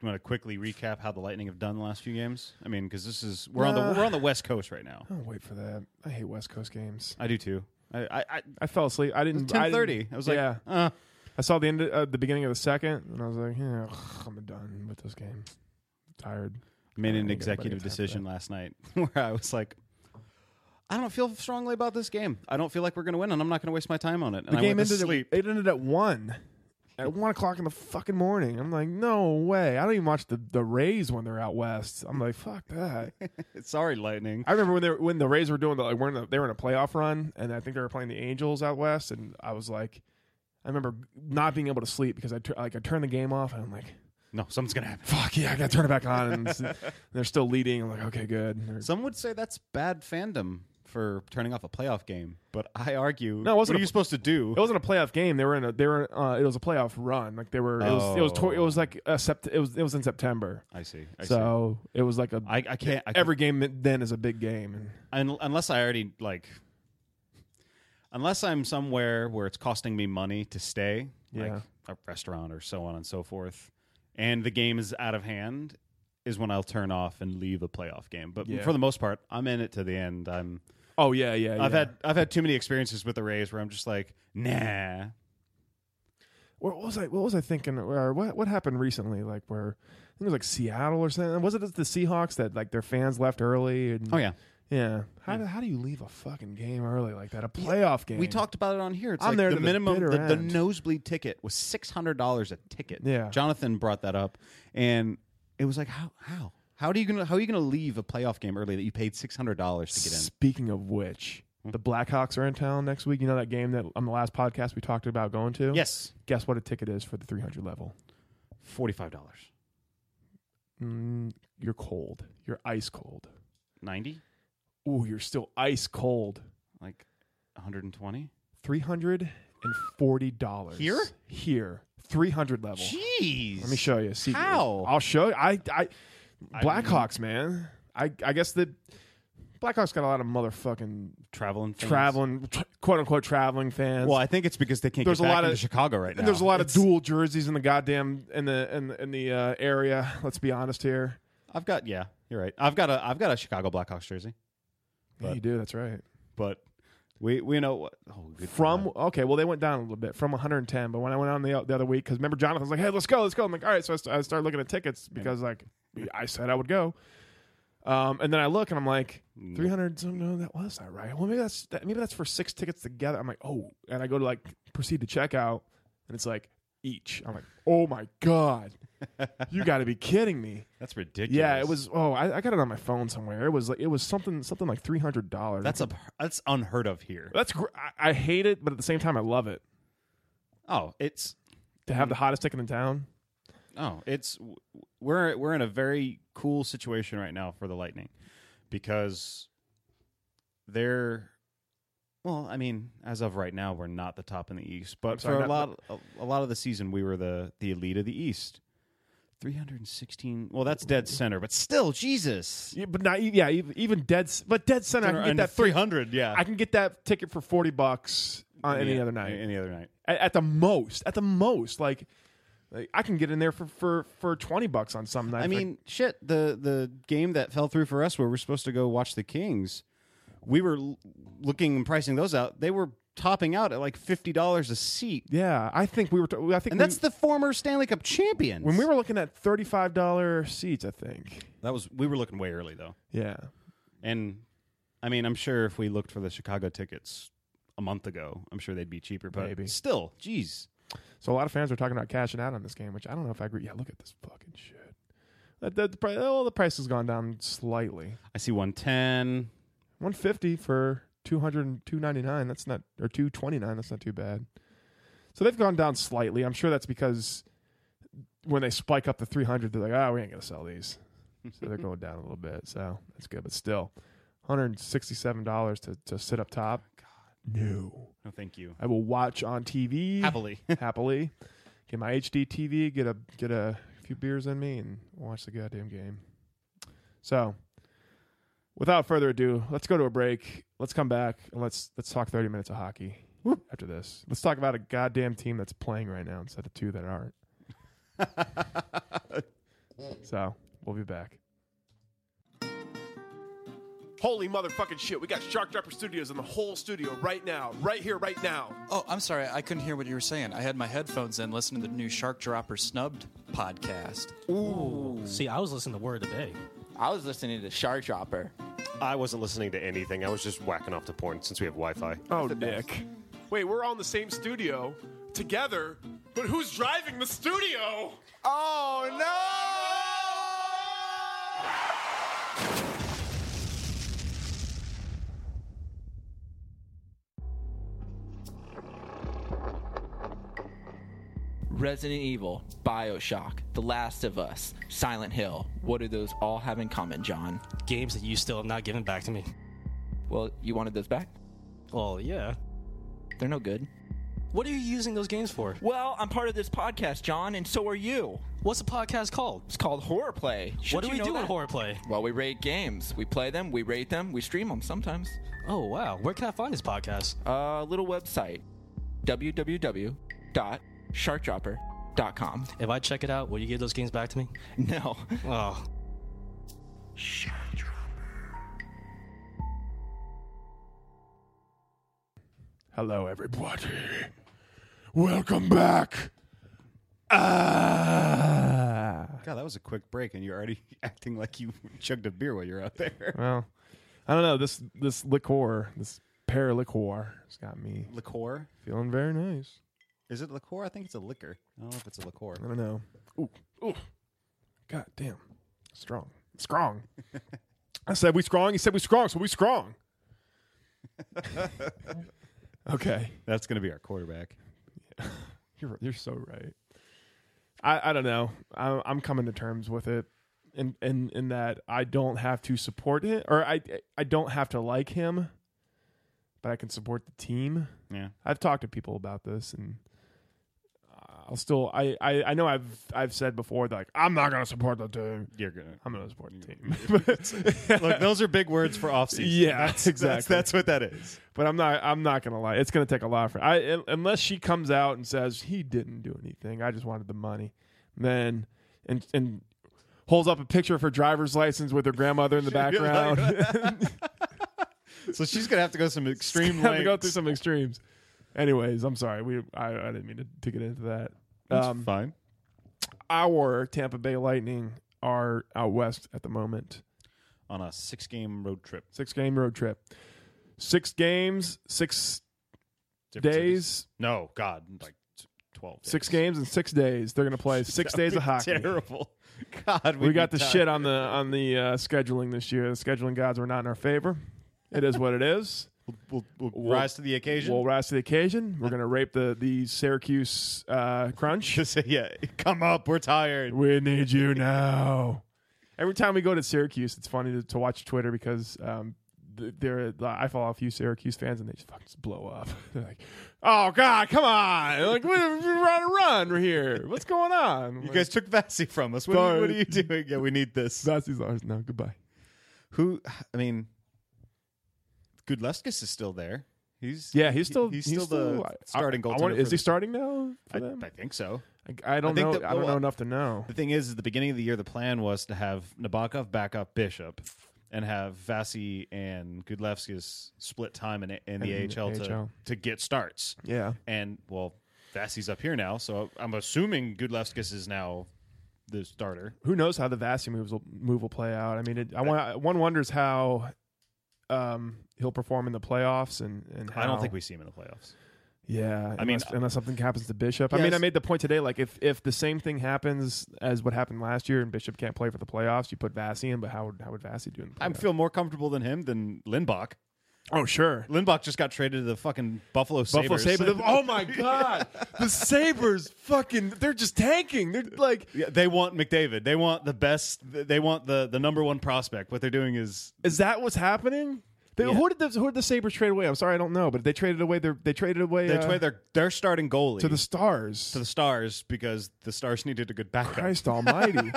Speaker 4: you want to quickly recap how the Lightning have done the last few games? I mean, because this is we're on
Speaker 3: Nah.
Speaker 4: the we're on the West Coast right now.
Speaker 3: I don't wait for that. I hate West Coast games.
Speaker 4: I do too. I, I, I
Speaker 3: I fell asleep. I didn't. I
Speaker 4: ten
Speaker 3: didn't-
Speaker 4: thirty. I was like,
Speaker 3: yeah.
Speaker 4: uh,
Speaker 3: I saw the end, of, uh, the beginning of the second, and I was like, yeah, ugh, I'm done with this game. tired.
Speaker 4: made
Speaker 3: I
Speaker 4: an
Speaker 3: think
Speaker 4: executive
Speaker 3: everybody gets
Speaker 4: decision last night where I was like, I don't feel strongly about this game. I don't feel like we're going to win, and I'm not going to waste my time on it. And
Speaker 3: The
Speaker 4: I
Speaker 3: game
Speaker 4: went to
Speaker 3: ended. At,
Speaker 4: sleep.
Speaker 3: it ended at one. At one o'clock in the fucking morning, I'm like, no way. I don't even watch the, the Rays when they're out west. I'm like, fuck that.
Speaker 4: Sorry, Lightning.
Speaker 3: I remember when they were, when the Rays were doing the like we're in a, they were in a playoff run, and I think they were playing the Angels out west, and I was like, I remember not being able to sleep because I tur- like I turned the game off, and I'm like,
Speaker 4: No, something's going to happen.
Speaker 3: fuck yeah, I got to turn it back on, and, s- and they're still leading. I'm like, okay, good. And they're-
Speaker 4: Some would say that's bad fandom for turning off a playoff game, but I argue,
Speaker 3: No, it wasn't
Speaker 4: what
Speaker 3: a-
Speaker 4: are you supposed to do?
Speaker 3: it wasn't a playoff game. They were in a they were uh, it was a playoff run. Like they were it was it was tw- it was like a sept- it was it was in September,
Speaker 4: I see. I see.
Speaker 3: so it was like a
Speaker 4: I, I can't. I can't
Speaker 3: every game then is a big game. And,
Speaker 4: un- unless I already like, unless I'm somewhere where it's costing me money to stay,
Speaker 3: Yeah.
Speaker 4: like a restaurant or so on and so forth, and the game is out of hand, is when I'll turn off and leave a playoff game. But
Speaker 3: Yeah.
Speaker 4: for the most part, I'm in it to the end. I'm.
Speaker 3: oh yeah, yeah.
Speaker 4: I've
Speaker 3: yeah.
Speaker 4: had I've had too many experiences with the Rays where I'm just like, nah.
Speaker 3: Where- what was I? What was I thinking? Or what what happened recently? Like where I think it was like Seattle or something. Was it the Seahawks that like their fans left early? And,
Speaker 4: Oh yeah,
Speaker 3: yeah. How do, how do you leave a fucking game early like that? A playoff game.
Speaker 4: we talked about it on here. It's
Speaker 3: I'm
Speaker 4: like
Speaker 3: there
Speaker 4: the
Speaker 3: to the
Speaker 4: minimum.
Speaker 3: bitter
Speaker 4: The, the
Speaker 3: end.
Speaker 4: nosebleed ticket was six hundred dollars a ticket.
Speaker 3: Yeah.
Speaker 4: Jonathan brought that up, and it was like, how how how do you gonna how are you gonna leave a playoff game early that you paid six hundred dollars to get in? Hmm?
Speaker 3: Speaking of which, the Blackhawks are in town next week. You know that game that on the last podcast we talked about going to.
Speaker 4: Yes,
Speaker 3: Guess what a ticket is for the 300 level.
Speaker 4: forty five dollars,
Speaker 3: Mm, you're cold. You're ice cold.
Speaker 4: ninety,
Speaker 3: Ooh, you're still ice cold.
Speaker 4: like one hundred and twenty.
Speaker 3: Three hundred and forty dollars
Speaker 4: Here?
Speaker 3: Here. 300 level.
Speaker 4: Jeez.
Speaker 3: Let me show you. See
Speaker 4: How?
Speaker 3: I'll show you. I, I
Speaker 4: I
Speaker 3: Blackhawks, man. I, I guess the Blackhawks got a lot of motherfucking
Speaker 4: Traveling. fans.
Speaker 3: traveling, tr quote unquote traveling fans.
Speaker 4: Well, I think it's because they can't
Speaker 3: There's
Speaker 4: get
Speaker 3: a
Speaker 4: back
Speaker 3: lot of-
Speaker 4: into Chicago right now.
Speaker 3: and there's a lot
Speaker 4: It's-
Speaker 3: of dual jerseys in the goddamn in the in, the- in the uh, area. Let's be honest here.
Speaker 4: I've got yeah, you're right. I've got a I've got a Chicago Blackhawks jersey,
Speaker 3: yeah,
Speaker 4: But-
Speaker 3: you do. That's right.
Speaker 4: but we we know what oh, good
Speaker 3: From
Speaker 4: God.
Speaker 3: okay, well they went down a little bit from 110, but when I went on the, the other week, because remember Jonathan was like, "Hey, let's go, let's go." I'm like, "All right," so I, st- I started looking at tickets because like I said I would go, um, and then I look and I'm like,
Speaker 4: Mm.
Speaker 3: 300. So no, that was not right. Well, maybe that's that, maybe that's for six tickets together. I'm like, oh, and I go to like proceed to checkout, and it's like each. I'm like, oh my god, you got to be kidding me.
Speaker 4: that's ridiculous.
Speaker 3: Yeah, it was. Oh, I, I got it on my phone somewhere. It was like it was something something like three hundred dollars.
Speaker 4: that's a that's unheard of here.
Speaker 3: that's gr- I, I hate it, but at the same time I love it
Speaker 4: Oh, it's
Speaker 3: to have the
Speaker 4: Mm.
Speaker 3: hottest ticket in town.
Speaker 4: Oh, it's we're we're in a very cool situation right now for the Lightning because they're well, I mean, as of right now, we're not the top in the East,
Speaker 3: I'm
Speaker 4: but
Speaker 3: sorry,
Speaker 4: for a
Speaker 3: not-
Speaker 4: lot a, a lot of the season, we were the the elite of the East. Three hundred and sixteen. Well, that's dead center, but still, Jesus,
Speaker 3: Yeah, but not e- yeah, even, even dead. c- But dead center, I can get that three.
Speaker 4: three hundred. Yeah,
Speaker 3: I can get that ticket for forty bucks on any
Speaker 4: Yeah,
Speaker 3: other night.
Speaker 4: Any other night.
Speaker 3: at, at the most. At the most, like, like I can get in there for for for twenty bucks on some night.
Speaker 4: I mean, shit. The the game that fell through for us, where we're supposed to go watch the Kings, we were l- looking and pricing those out. They were topping out at like fifty dollars a seat,
Speaker 3: yeah, I think we were. T- I think
Speaker 4: and
Speaker 3: we-
Speaker 4: that's the former Stanley Cup champions.
Speaker 3: when we were looking at thirty five dollar seats. I think.
Speaker 4: that was we were looking way early though,
Speaker 3: Yeah.
Speaker 4: and I mean, I'm sure if we looked for the Chicago tickets a month ago, I'm sure they'd be cheaper. But
Speaker 3: Maybe.
Speaker 4: still, jeez.
Speaker 3: So a lot of fans were talking about cashing out on this game, which I don't know if I agree. Yeah, look at this fucking shit. That, that the price, oh, the price has gone down slightly.
Speaker 4: I see one ten.
Speaker 3: One fifty for 200 and 299 That's not or two twenty nine. That's not too bad. So they've gone down slightly. I'm sure that's because when they spike up to three hundred, they're like, "Ah, we ain't gonna sell these." So they're going down a little bit. So that's good, but still, one hundred sixty seven dollars to to sit up top. God, no.
Speaker 4: No, thank you.
Speaker 3: I will watch on TV
Speaker 4: Happily.
Speaker 3: happily. Get my HD TV, get a get a few beers in me, and watch the goddamn game. So, without further ado, let's go to a break. Let's come back and let's let's talk thirty minutes of hockey after this. Let's talk about a goddamn team that's playing right now instead of two that aren't. so we'll be back. Holy motherfucking shit! We got Shark Dropper Studios in the whole studio right now, right here, right now.
Speaker 2: Oh, I'm sorry. I couldn't hear what you were saying. I had my headphones in listening to the new Shark Dropper Snubbed podcast.
Speaker 5: See, I was listening to Word of the Day.
Speaker 6: I was listening to Shark Dropper.
Speaker 7: I wasn't listening to anything. I was just whacking off to porn since we have Wi Fi.
Speaker 3: Oh, Nick. Wait, we're all in the same studio together, but who's driving the studio?
Speaker 6: Oh no! Resident Evil, Bioshock, The Last of Us, Silent Hill. What do those all have in common, John?
Speaker 5: Games that you still have not given back to me.
Speaker 6: Well, you wanted those back?
Speaker 5: Well, yeah.
Speaker 6: They're no good.
Speaker 5: What are you using those games for?
Speaker 6: Well, I'm part of this podcast, John, and so are you.
Speaker 5: What's the podcast called?
Speaker 6: It's called Horror Play.
Speaker 5: what
Speaker 6: Should
Speaker 5: do
Speaker 6: you
Speaker 5: we
Speaker 6: know
Speaker 5: do
Speaker 6: that?
Speaker 5: in horror play?
Speaker 6: Well, we rate games. We play them, we rate them, we stream them sometimes.
Speaker 5: Oh wow, where can I find this podcast?
Speaker 6: A little website www.sharkdropper.com.
Speaker 5: If I check it out, will you give those games back to me?
Speaker 6: No.
Speaker 5: Oh,
Speaker 3: Hello, everybody. Welcome back. Ah.
Speaker 4: God, that was a quick break, and you're already acting like you chugged a beer while you're out there.
Speaker 3: Well, I don't know. This this liqueur, this pear liqueur, has got me
Speaker 4: Liqueur.
Speaker 3: feeling very nice.
Speaker 4: Is it liqueur? I think it's a liquor. I don't know if it's a liqueur.
Speaker 3: I don't know. Ooh, ooh. God damn. Strong. Strong. I said we strong. He said we strong. So we strong. okay.
Speaker 4: That's going to be our quarterback.
Speaker 3: You're you're so right. I I don't know. I, I'm coming to terms with it, and in, in, in that I don't have to support it, or I I don't have to like him, but I can support the team.
Speaker 4: Yeah.
Speaker 3: I've talked to people about this, and I'll still. I, I, I know I've I've said before that like, I'm not gonna support the team.
Speaker 4: You're gonna
Speaker 3: I'm gonna support the team.
Speaker 4: look. Those are big words for off season.
Speaker 3: Yeah,
Speaker 4: that's, That's,
Speaker 3: exactly.
Speaker 4: that's what that is.
Speaker 3: but I'm not. I'm not gonna lie. It's gonna take a lot for. I un- unless she comes out and says he didn't do anything. I just wanted the money. Then and and holds up a picture of her driver's license with her grandmother in the background.
Speaker 4: So she's gonna have to go some extreme
Speaker 3: Have to go through
Speaker 4: lengths.
Speaker 3: some extremes. Anyways, I'm sorry. We I, I didn't mean to, to get into that. Um,
Speaker 4: Fine.
Speaker 3: our Tampa Bay Lightning are out west at the moment.
Speaker 4: On a six-game road trip.
Speaker 3: Six game road trip. Six games, six
Speaker 4: Different
Speaker 3: days,
Speaker 4: cities. No, God, like t- twelve. Days.
Speaker 3: six games, and six days. They're gonna play six
Speaker 4: That'd
Speaker 3: days of
Speaker 4: be
Speaker 3: hockey.
Speaker 4: Terrible. God,
Speaker 3: We got the shit on the on the uh, scheduling this year. The scheduling gods were not in our favor. It is what it is.
Speaker 4: We'll, we'll rise to the occasion.
Speaker 3: We'll rise to the occasion. We're gonna rape the the Syracuse uh, crunch.
Speaker 4: to say, yeah, come up. We're tired.
Speaker 3: We need you now. Every time we go to Syracuse, it's funny to, to watch Twitter because um, th- there I follow a few Syracuse fans and they just fucking just blow up. They're like, "Oh God, come on! Like we're, we're on a run. We're here. What's going on?" I'm
Speaker 4: You
Speaker 3: like,
Speaker 4: guys took Vassy from us. What are,
Speaker 3: Sorry.
Speaker 4: you- what are you doing? Yeah, we need this.
Speaker 3: Zazi's ours now. Goodbye.
Speaker 4: Who? I mean, Gudleskis is still there. He's
Speaker 3: Yeah, he's still
Speaker 4: he's, still, the
Speaker 3: I-
Speaker 4: starting
Speaker 3: I
Speaker 4: goaltender.
Speaker 3: wonder- is
Speaker 4: for
Speaker 3: he
Speaker 4: the-
Speaker 3: starting now? For them?
Speaker 4: I, I think so.
Speaker 3: I, I don't
Speaker 4: think
Speaker 3: know.
Speaker 4: that-
Speaker 3: I don't
Speaker 4: well,
Speaker 3: know enough to know.
Speaker 4: The thing is, at the beginning of the year, the plan was to have Nabokov back up Bishop and have Vassy and Gudlevskis split time in, in the
Speaker 3: And
Speaker 4: AHL, To,
Speaker 3: AHL.
Speaker 4: to get starts.
Speaker 3: Yeah.
Speaker 4: And, well, Vassy's up here now, so I'm assuming Gudlevskis is now the starter.
Speaker 3: who knows how the Vasi moves will, move will play out. I mean, it, I want one wonders how um, he'll perform in the playoffs, and and how,
Speaker 4: I don't think we see him in the playoffs.
Speaker 3: Yeah, I mean,
Speaker 4: mean,
Speaker 3: unless, unless something happens to Bishop. I mean,
Speaker 4: Yes.
Speaker 3: I made the point today, like if if the same thing happens as what happened last year, and Bishop can't play for the playoffs, you put Vasi in, but how would how would Vasi do in the
Speaker 4: I
Speaker 3: playoffs?
Speaker 4: feel more comfortable than him than Lindbach.
Speaker 3: oh sure,
Speaker 4: Lindbach just got traded to the fucking Buffalo Sabres.
Speaker 3: Buffalo Sabres. oh my god, the Sabers fucking they're just tanking. They're like
Speaker 4: Yeah, they want McDavid. They want the best. They want the, the number one prospect. What they're doing is
Speaker 3: Is that what's happening? They,
Speaker 4: Yeah.
Speaker 3: Who did the who did the Sabers trade away? I'm sorry, I don't know, but they traded away their they traded away
Speaker 4: they
Speaker 3: uh,
Speaker 4: trade their their starting goalie
Speaker 3: to the Stars.
Speaker 4: to the Stars because the Stars needed a good backup.
Speaker 3: Christ Almighty!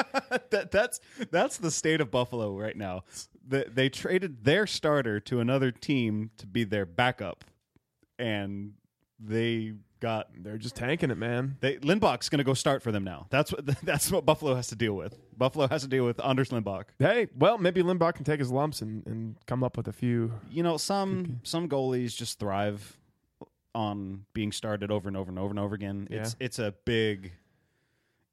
Speaker 4: that, that's that's the state of Buffalo right now. They, they traded their starter to another team to be their backup, and they got
Speaker 3: They're just tanking it, man.
Speaker 4: they Lindbach's going to go start for them now. That's what that's what Buffalo has to deal with. Buffalo has to deal with Anders Lindbach.
Speaker 3: Hey, well, maybe Limbaugh can take his lumps and, and come up with a few.
Speaker 4: You know, some some goalies just thrive on being started over and over and over and over again. It's it's a big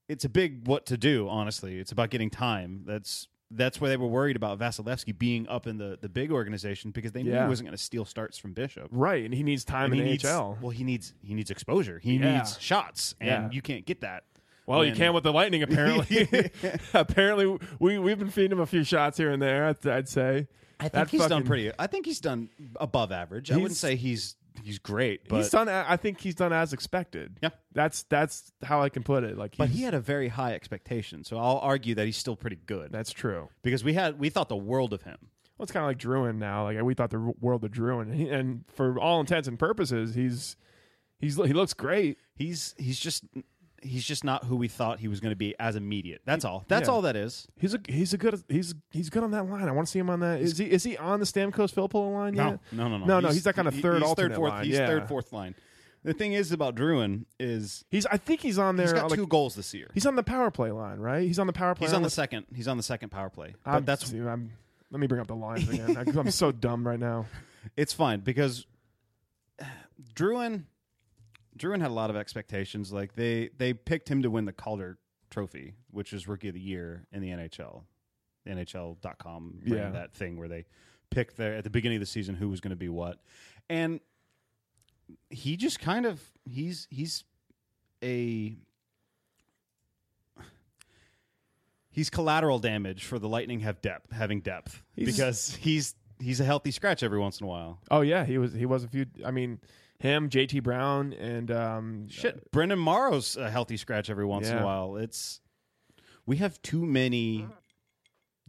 Speaker 4: it's a big what to do, honestly. It's about getting time. That's that's where they were worried about Vasilevsky being up in the, the big organization because they knew
Speaker 3: Yeah.
Speaker 4: he wasn't going to steal starts from Bishop.
Speaker 3: Right, and he needs time
Speaker 4: he
Speaker 3: in
Speaker 4: needs
Speaker 3: the AHL.
Speaker 4: well, he needs he needs exposure. He
Speaker 3: Yeah.
Speaker 4: needs shots, and
Speaker 3: Yeah.
Speaker 4: you can't get that.
Speaker 3: Well, you
Speaker 4: when-
Speaker 3: can with the Lightning, apparently. apparently, we we've been feeding him a few shots here and there. I'd, I'd say.
Speaker 4: I think
Speaker 3: That
Speaker 4: he's done
Speaker 3: fucking-
Speaker 4: pretty. I think he's done above average. I wouldn't
Speaker 3: He's-
Speaker 4: say he's he's great, but
Speaker 3: he's done. a- I think he's done as expected.
Speaker 4: Yeah.
Speaker 3: that's that's how I can put it. Like,
Speaker 4: but
Speaker 3: he's-
Speaker 4: he had a very high expectation. So I'll argue that he's still pretty good
Speaker 3: that's true.
Speaker 4: because we had we thought the world of him.
Speaker 3: Well, it's kind of like Druin now. Like we thought the r- world of Druin, and, he, and for all intents and purposes, he's he's he looks great.
Speaker 4: He's he's just he's just not who we thought he was going to be as immediate. That's all. That's
Speaker 3: Yeah.
Speaker 4: all that is.
Speaker 3: He's a he's a good he's he's good on that line. I want to see him on that. Is he is he on the Stamkos Filippo line yet?
Speaker 4: no, no, no.
Speaker 3: no, no. He's, that kind of
Speaker 4: he-
Speaker 3: third,
Speaker 4: he's
Speaker 3: alternate
Speaker 4: third, fourth.
Speaker 3: line.
Speaker 4: He's
Speaker 3: yeah.
Speaker 4: third, fourth line. The thing is about Druin is
Speaker 3: He's I think he's on there.
Speaker 4: he's got
Speaker 3: like,
Speaker 4: two goals this year.
Speaker 3: He's on the power play line, right? He's on the power play.
Speaker 4: He's
Speaker 3: line
Speaker 4: on the
Speaker 3: with-
Speaker 4: second. He's on the second power play. But
Speaker 3: I'm,
Speaker 4: that's
Speaker 3: see, I'm- let me bring up the lines again. I, am so dumb right now.
Speaker 4: it's fine because Druin Druin had a lot of expectations. Like they they picked him to win the Calder Trophy, which is Rookie of the Year in the NHL. NHL.com ran
Speaker 3: Yeah.
Speaker 4: that thing where they pick their at the beginning of the season who was going to be what, and he just kind of he's he's a he's collateral damage for the Lightning have depth having depth
Speaker 3: He's-
Speaker 4: because he's he's a healthy scratch every once in a while.
Speaker 3: Oh yeah, he was he was a few. I mean, him, JT Brown, and um,
Speaker 4: Shit, Brendan Morrow's a healthy scratch every once in
Speaker 3: Yeah.
Speaker 4: a while. It's we have too many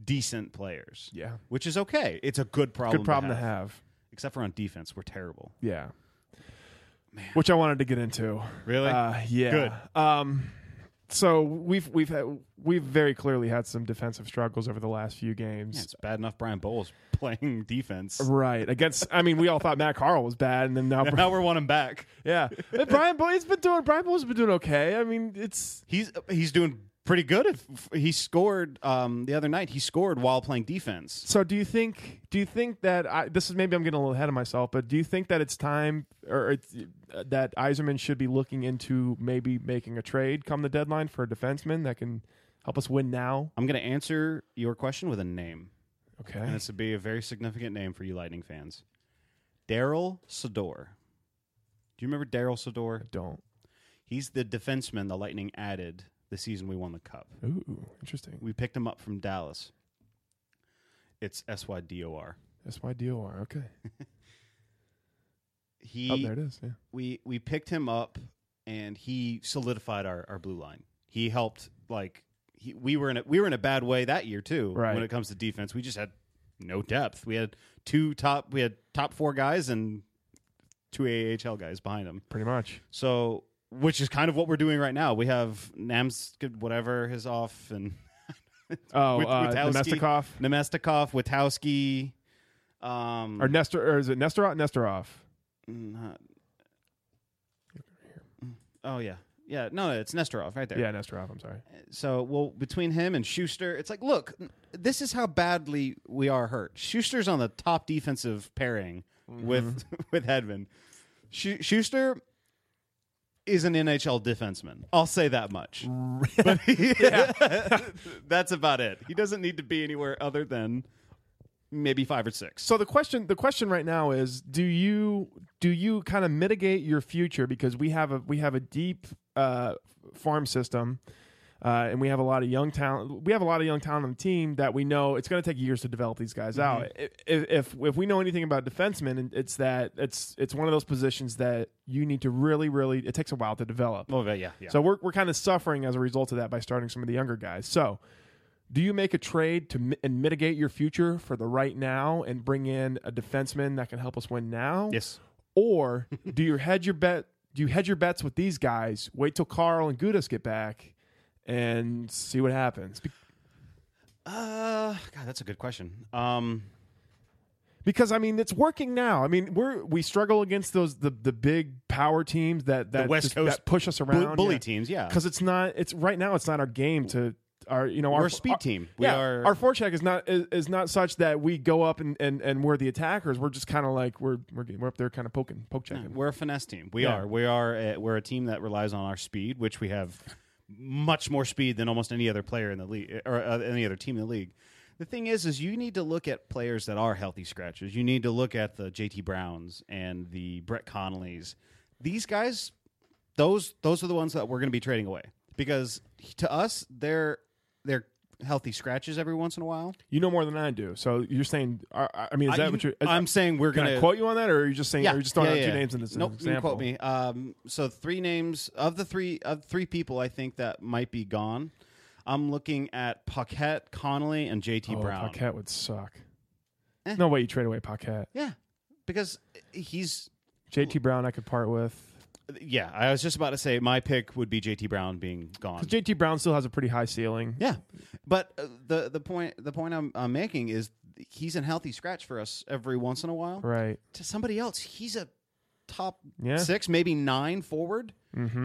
Speaker 4: decent players.
Speaker 3: Yeah,
Speaker 4: Which is okay. It's a good problem.
Speaker 3: good problem to have.
Speaker 4: Except for on defense, we're terrible.
Speaker 3: Yeah. which I wanted to get into.
Speaker 4: Really?
Speaker 3: Uh, yeah.
Speaker 4: Good.
Speaker 3: Um, so we've we've had, we've very clearly had some defensive struggles over the last few games.
Speaker 4: Yeah, it's bad enough Brian Bowles playing defense.
Speaker 3: Right against, I mean, we all thought Matt Carl was bad, and then now,
Speaker 4: Now we're wanting back.
Speaker 3: yeah, But Brian Boy's been doing. Brian Boy's been doing okay. I mean, it's
Speaker 4: He's he's doing pretty good. If he scored um, the other night, he scored while playing defense.
Speaker 3: so. Do you think? Do you think that I, this is maybe I'm getting a little ahead of myself, but do you think that it's time or it's, uh, that Eiserman should be looking into maybe making a trade come the deadline for a defenseman that can help us win now?
Speaker 4: I'm going to answer your question with a name,
Speaker 3: Okay,
Speaker 4: and this would be a very significant name for you Lightning fans. Daryl Sador. Do you remember Daryl Sador?
Speaker 3: don't.
Speaker 4: He's the defenseman the Lightning added the season we won the Cup.
Speaker 3: Ooh, interesting.
Speaker 4: We picked him up from Dallas. It's S Y D O R.
Speaker 3: That's my DOR. Okay.
Speaker 4: He
Speaker 3: oh, there it is. Yeah.
Speaker 4: we we picked him up and he solidified our, our blue line. He helped like he, we were in a, we were in a bad way that year too
Speaker 3: Right.
Speaker 4: when it comes to defense. We just had no depth. We had two top we had top 4 guys and two AHL guys behind him.
Speaker 3: Pretty much.
Speaker 4: So, which is kind of what we're doing right now. We have Nams whatever is off and
Speaker 3: Oh,
Speaker 4: With-
Speaker 3: uh,
Speaker 4: Witowski.
Speaker 3: Nemestikov
Speaker 4: Nemestikov, Witowski, um
Speaker 3: or Nestor or is it Nestorov? Nestorov.
Speaker 4: not- Oh yeah. Yeah, no, it's Nestorov right there.
Speaker 3: Yeah, Nestorov. I'm sorry.
Speaker 4: So, well, between him and Schuster, it's like, look, this is how badly we are hurt. Schuster's on the top defensive pairing with with Hedman. Schu- Schuster is an NHL defenseman. I'll say that much. But he- that's about it. He doesn't need to be anywhere other than maybe five or six.
Speaker 3: So the question the question right now is do you do you kind of mitigate your future because we have a we have a deep uh, farm system uh, and we have a lot of young talent we have a lot of young talent on the team that we know it's going to take years to develop these guys out I- if, if if we know anything about defensemen it's that it's it's one of those positions that you need to really really it takes a while to develop
Speaker 4: oh, yeah, yeah.
Speaker 3: So we're we're kind of suffering as a result of that by starting some of the younger guys. So, do you make a trade to mi- and mitigate your future for the right now and bring in a defenseman that can help us win now?
Speaker 4: yes.
Speaker 3: Or do you hedge your bet? Do you hedge your bets with these guys? Wait till Carl and Gudas get back and see what happens. Be-
Speaker 4: Uh, God, that's a good question. Um,
Speaker 3: Because I mean, it's working now. I mean, we're we struggle against those the the big power teams that that
Speaker 4: West
Speaker 3: just-
Speaker 4: Coast
Speaker 3: that push us
Speaker 4: bu-
Speaker 3: around
Speaker 4: bully
Speaker 3: yeah.
Speaker 4: teams, yeah.
Speaker 3: because it's not it's right now it's not our game to our you know our
Speaker 4: We're a speed
Speaker 3: our-
Speaker 4: team. We
Speaker 3: yeah,
Speaker 4: are-
Speaker 3: our forecheck is not is, is not such that we go up and, and, and we're the attackers. We're just kind of like we're we're we're up there kind of poking poke checking.
Speaker 4: We're a finesse team. We
Speaker 3: Yeah.
Speaker 4: are. We are. A, we're a team that relies on our speed, which we have much more speed than almost any other player in the league or uh, any other team in the league. The thing is, is you need to look at players that are healthy scratchers. You need to look at the JT Browns and the Brett Connollys. These guys, those those are the ones that we're going to be trading away because to us, they're they're healthy scratches every once in a while.
Speaker 3: you know more than I do, so you're saying. I, I mean, is that
Speaker 4: I-
Speaker 3: what you're?
Speaker 4: I'm saying we're
Speaker 3: can
Speaker 4: going
Speaker 3: I
Speaker 4: to
Speaker 3: quote you on that, or are you just saying? Are you just throwing out two names in this
Speaker 4: Nope, you can
Speaker 3: example?
Speaker 4: quote me. Um, so three names of the three of three people I think that might be gone. I'm looking at Paquette, Connolly, and JT
Speaker 3: Oh,
Speaker 4: Brown.
Speaker 3: Paquette would suck.
Speaker 4: Eh.
Speaker 3: No way you trade away Paquette.
Speaker 4: Yeah, because he's
Speaker 3: JT Brown, I could part with.
Speaker 4: yeah. I was just about to say my pick would be JT Brown being gone.
Speaker 3: 'Cause JT Brown still has a pretty high ceiling.
Speaker 4: yeah, but uh, the the point the point I'm, I'm making is he's a healthy scratch for us every once in a while.
Speaker 3: Right.
Speaker 4: to somebody else. He's a top
Speaker 3: Yeah. Mm-hmm.
Speaker 4: six, maybe nine forward.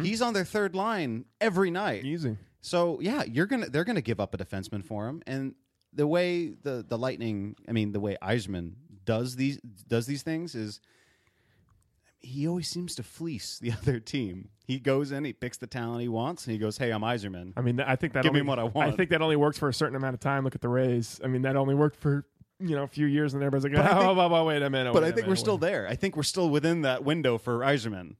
Speaker 4: He's on their third line every night.
Speaker 3: Easy.
Speaker 4: so yeah, you're gonna they're gonna give up a defenseman for him. And the way the the Lightning, I mean, the way Eisman does these does these things is he always seems to fleece the other team. He goes in, he picks the talent he wants, and he goes, "Hey, I'm Eiserman."
Speaker 3: I mean, I think that
Speaker 4: Give me
Speaker 3: only,
Speaker 4: what I want.
Speaker 3: think that only works for a certain amount of time. Look at the Rays. I mean, that only worked for you know a few years, and everybody's like,
Speaker 4: I
Speaker 3: oh,
Speaker 4: think-
Speaker 3: oh, oh, oh, wait a minute.
Speaker 4: But
Speaker 3: wait a
Speaker 4: I think
Speaker 3: minute,
Speaker 4: we're
Speaker 3: wait
Speaker 4: still
Speaker 3: a minute.
Speaker 4: there. I think we're still within that window for Eiserman.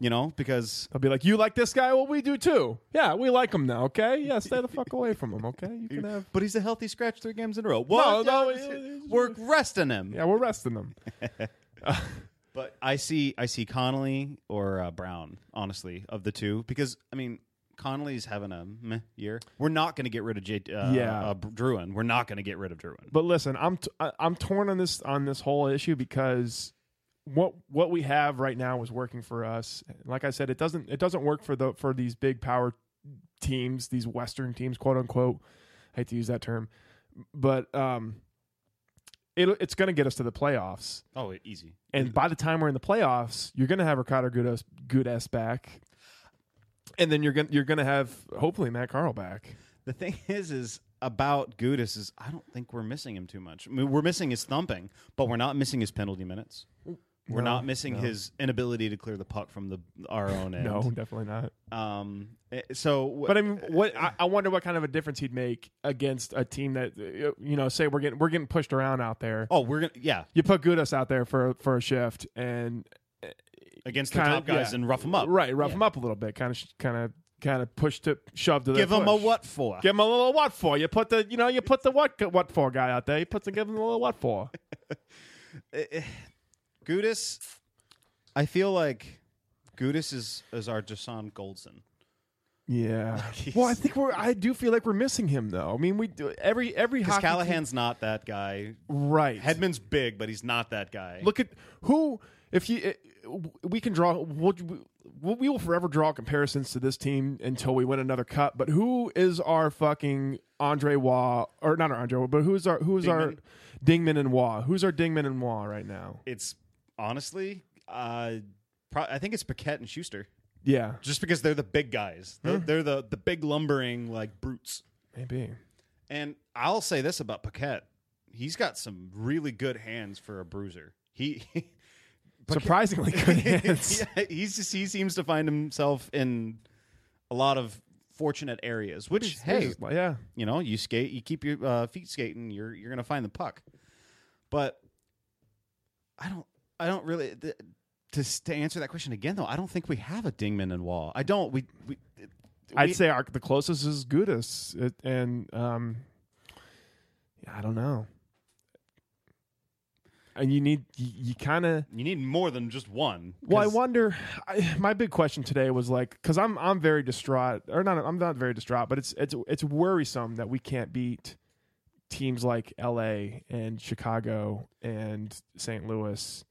Speaker 4: You know, because
Speaker 3: I'll be like, you like this guy? Well, we do too. Yeah, we like him now. Okay, yeah, stay the fuck away from him. Okay, you can have.
Speaker 4: But he's a healthy scratch three games in a row.
Speaker 3: No,
Speaker 4: What?
Speaker 3: no, it- it-
Speaker 4: we're resting him.
Speaker 3: Yeah, we're resting him.
Speaker 4: But I see, I see Connolly or uh, Brown, honestly, of the two, because I mean, Connolly's having a meh year. We're not going to get rid of J- uh,
Speaker 3: Yeah.
Speaker 4: uh, Druin. We're not going to get rid of Druin.
Speaker 3: But listen, I'm t- I- I'm torn on this on this whole issue because what what we have right now is working for us. Like I said, it doesn't it doesn't work for the for these big power teams, these Western teams, quote unquote. I hate to use that term, but um, it it's going to get us to the playoffs.
Speaker 4: Oh, easy.
Speaker 3: And by the time we're in the playoffs, you're going to have Ricardo Gudas Gudas back, and then you're going to you're going to have hopefully Matt Carl back.
Speaker 4: The thing is, is about Gudis is I don't think we're missing him too much. I mean, we're missing his thumping, but we're not missing his penalty minutes. We're
Speaker 3: No,
Speaker 4: not missing
Speaker 3: no.
Speaker 4: his inability to clear the puck from the our own end.
Speaker 3: No, definitely not.
Speaker 4: Um. eh, So, wh-
Speaker 3: But I mean, what I, I wonder what kind of a difference he'd make against a team that uh, you know, say we're getting we're getting pushed around out there.
Speaker 4: oh, we're gonna yeah
Speaker 3: You put Gudas out there for for a shift and
Speaker 4: against the
Speaker 3: kind
Speaker 4: top guys and rough them up.
Speaker 3: right? Rough them up a little bit, kind of kind of kind of push to shove to their
Speaker 4: Give them a
Speaker 3: push.
Speaker 4: what for?
Speaker 3: Give him a little what for? You put the you know you put the what what for guy out there. You put the give him a little what for?
Speaker 4: Gudis, I feel like Gudis is is our Jason Goldson.
Speaker 3: Yeah. well, I think we're. I do feel like we're missing him though. I mean, we do every every
Speaker 4: Because
Speaker 3: hockey team-
Speaker 4: Callahan's not that guy.
Speaker 3: right.
Speaker 4: Hedman's big, but he's not that guy.
Speaker 3: Look at who. If you, eh, we can draw. We'll, we will forever draw comparisons to this team until we win another cup. But who is our fucking Andre Waugh or not our Andre? Waugh, But who's our who's our Dingman and Waugh? Who's our Dingman and Waugh right now?
Speaker 4: it's honestly, uh, pro- I think it's Paquette and Schuster,
Speaker 3: Yeah,
Speaker 4: just because they're the big guys. They're, they're the the big lumbering like brutes.
Speaker 3: maybe.
Speaker 4: And I'll say this about Paquette: he's got some really good hands for a bruiser. He.
Speaker 3: Surprisingly good hands.
Speaker 4: yeah, he's just he seems to find himself in a lot of fortunate areas, which hey,
Speaker 3: yeah.
Speaker 4: you know, you skate, you keep your uh, feet skating, you're you're gonna find the puck. But I don't, I don't really th- to s- to answer that question again though. I don't think we have a Dingman and Wall. I don't. We we. we-
Speaker 3: I'd say our, the closest is Gudis, It- and um, yeah, I don't know. And you need you, you kind of
Speaker 4: you need more than just one.
Speaker 3: Well, I
Speaker 4: 'cause
Speaker 3: wonder. I, my big question today was like, because I'm I'm very distraught, or not. I'm not very distraught, but it's it's it's worrisome that we can't beat teams like L.A. and Chicago and St. Louis,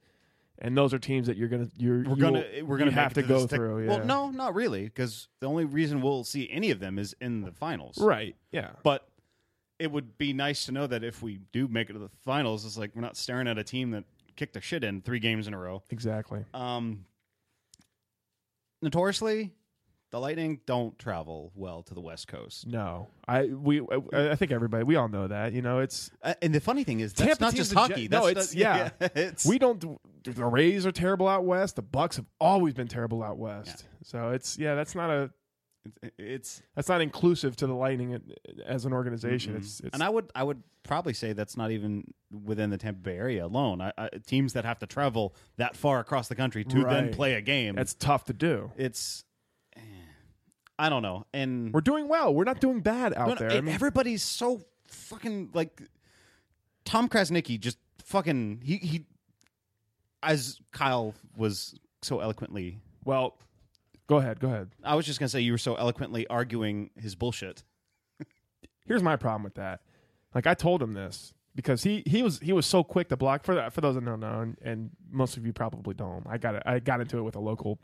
Speaker 3: and those are teams that you're gonna you're
Speaker 4: We're
Speaker 3: you
Speaker 4: gonna
Speaker 3: will-
Speaker 4: we're gonna
Speaker 3: you
Speaker 4: make
Speaker 3: have
Speaker 4: it
Speaker 3: to go
Speaker 4: this tech-
Speaker 3: through. yeah.
Speaker 4: Well, no, not really, because the only reason we'll see any of them is in the finals.
Speaker 3: right? Yeah,
Speaker 4: But it would be nice to know that if we do make it to the finals, it's like we're not staring at a team that kicked their shit in three games in a row.
Speaker 3: exactly.
Speaker 4: Um, notoriously, the Lightning don't travel well to the West Coast.
Speaker 3: No, I we I, I think everybody we all know that. You know, it's
Speaker 4: Uh, and the funny thing is, that's
Speaker 3: Tampa
Speaker 4: not
Speaker 3: teams
Speaker 4: just
Speaker 3: in gen-
Speaker 4: hockey.
Speaker 3: no, it's-
Speaker 4: that's not-
Speaker 3: yeah.
Speaker 4: it's
Speaker 3: we don't. The Rays are terrible out west. The Bucks have always been terrible out west. So it's yeah, that's not a
Speaker 4: it's
Speaker 3: that's not inclusive to the Lightning uh, as an organization. It's, it's
Speaker 4: and I would I would probably say that's not even within the Tampa Bay area alone. I, I, teams that have to travel that far across the country to then
Speaker 3: Right.
Speaker 4: play a game.
Speaker 3: that's tough to do.
Speaker 4: it's eh, I don't know. And
Speaker 3: We're doing well. We're not doing bad out
Speaker 4: But
Speaker 3: there.
Speaker 4: it-
Speaker 3: I mean,
Speaker 4: e everybody's so fucking like Tom Krasnicki just fucking he he as Kyle was so eloquently
Speaker 3: well, go ahead. Go ahead.
Speaker 4: I was just gonna say you were so eloquently arguing his bullshit.
Speaker 3: Here's my problem with that. Like I told him this because he he was he was so quick to block for that for those that don't know and, and most of you probably don't. I got I got into it with a local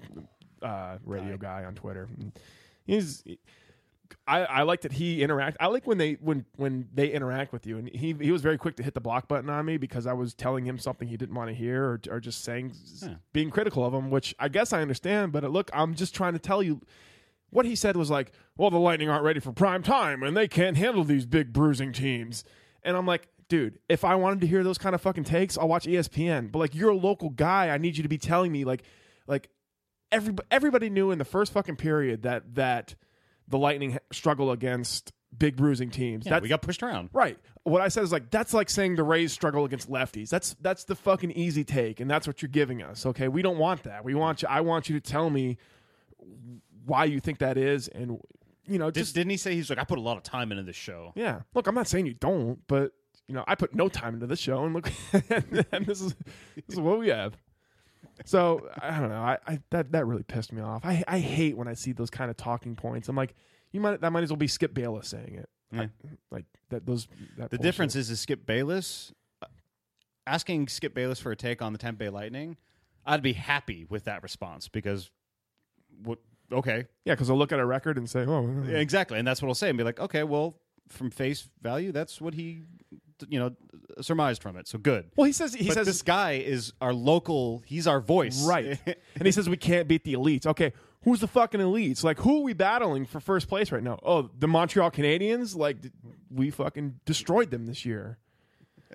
Speaker 3: uh, radio guy on Twitter. He's I, I like that he interact. I like when they when when they interact with you, and he he was very quick to hit the block button on me because I was telling him something he didn't want to hear, or, or just saying being critical of him, which I guess I understand. But look, I'm just trying to tell you what he said was like, "Well, the Lightning aren't ready for prime time, and they can't handle these big bruising teams." And I'm like, dude, if I wanted to hear those kind of fucking takes, I'll watch E ESPN. But like, you're a local guy. I need you to be telling me like, like everybody, everybody knew in the first fucking period that that the Lightning struggle against big bruising teams.
Speaker 4: Yeah,
Speaker 3: That's-
Speaker 4: we got pushed around.
Speaker 3: Right. What I said is like that's like saying the Rays struggle against lefties. That's that's the fucking easy take, and that's what you're giving us. Okay, we don't want that. We want you. I want you to tell me why you think that is, and you know,
Speaker 4: Just
Speaker 3: just
Speaker 4: didn't he say he's like I put a lot of time into this show.
Speaker 3: yeah. Look, I'm not saying you don't, but you know, I put no time into this show, and look, and this is this is what we have. So I don't know. I, I that that really pissed me off. I I hate when I see those kind of talking points. I'm like, you might that might as well be Skip Bayless saying it.
Speaker 4: Yeah.
Speaker 3: Like that those that
Speaker 4: The uh, difference is, is Skip Bayless asking Skip Bayless for a take on the Tampa Bay Lightning I'd be happy with that response because, what? Okay,
Speaker 3: Yeah, because I'll look at a record and say, "Oh,
Speaker 4: Yeah, exactly, and that's what I'll say, and be like, okay, well, from face value, that's what he, you know, surmised from it. So good.
Speaker 3: Well, he says he
Speaker 4: but
Speaker 3: says
Speaker 4: this guy is our local. He's our voice,
Speaker 3: right, and he says we can't beat the elites. Okay, who's the fucking elites? Like, who are we battling for first place right now? Oh, the Montreal Canadiens. Like, d- we fucking destroyed them this year.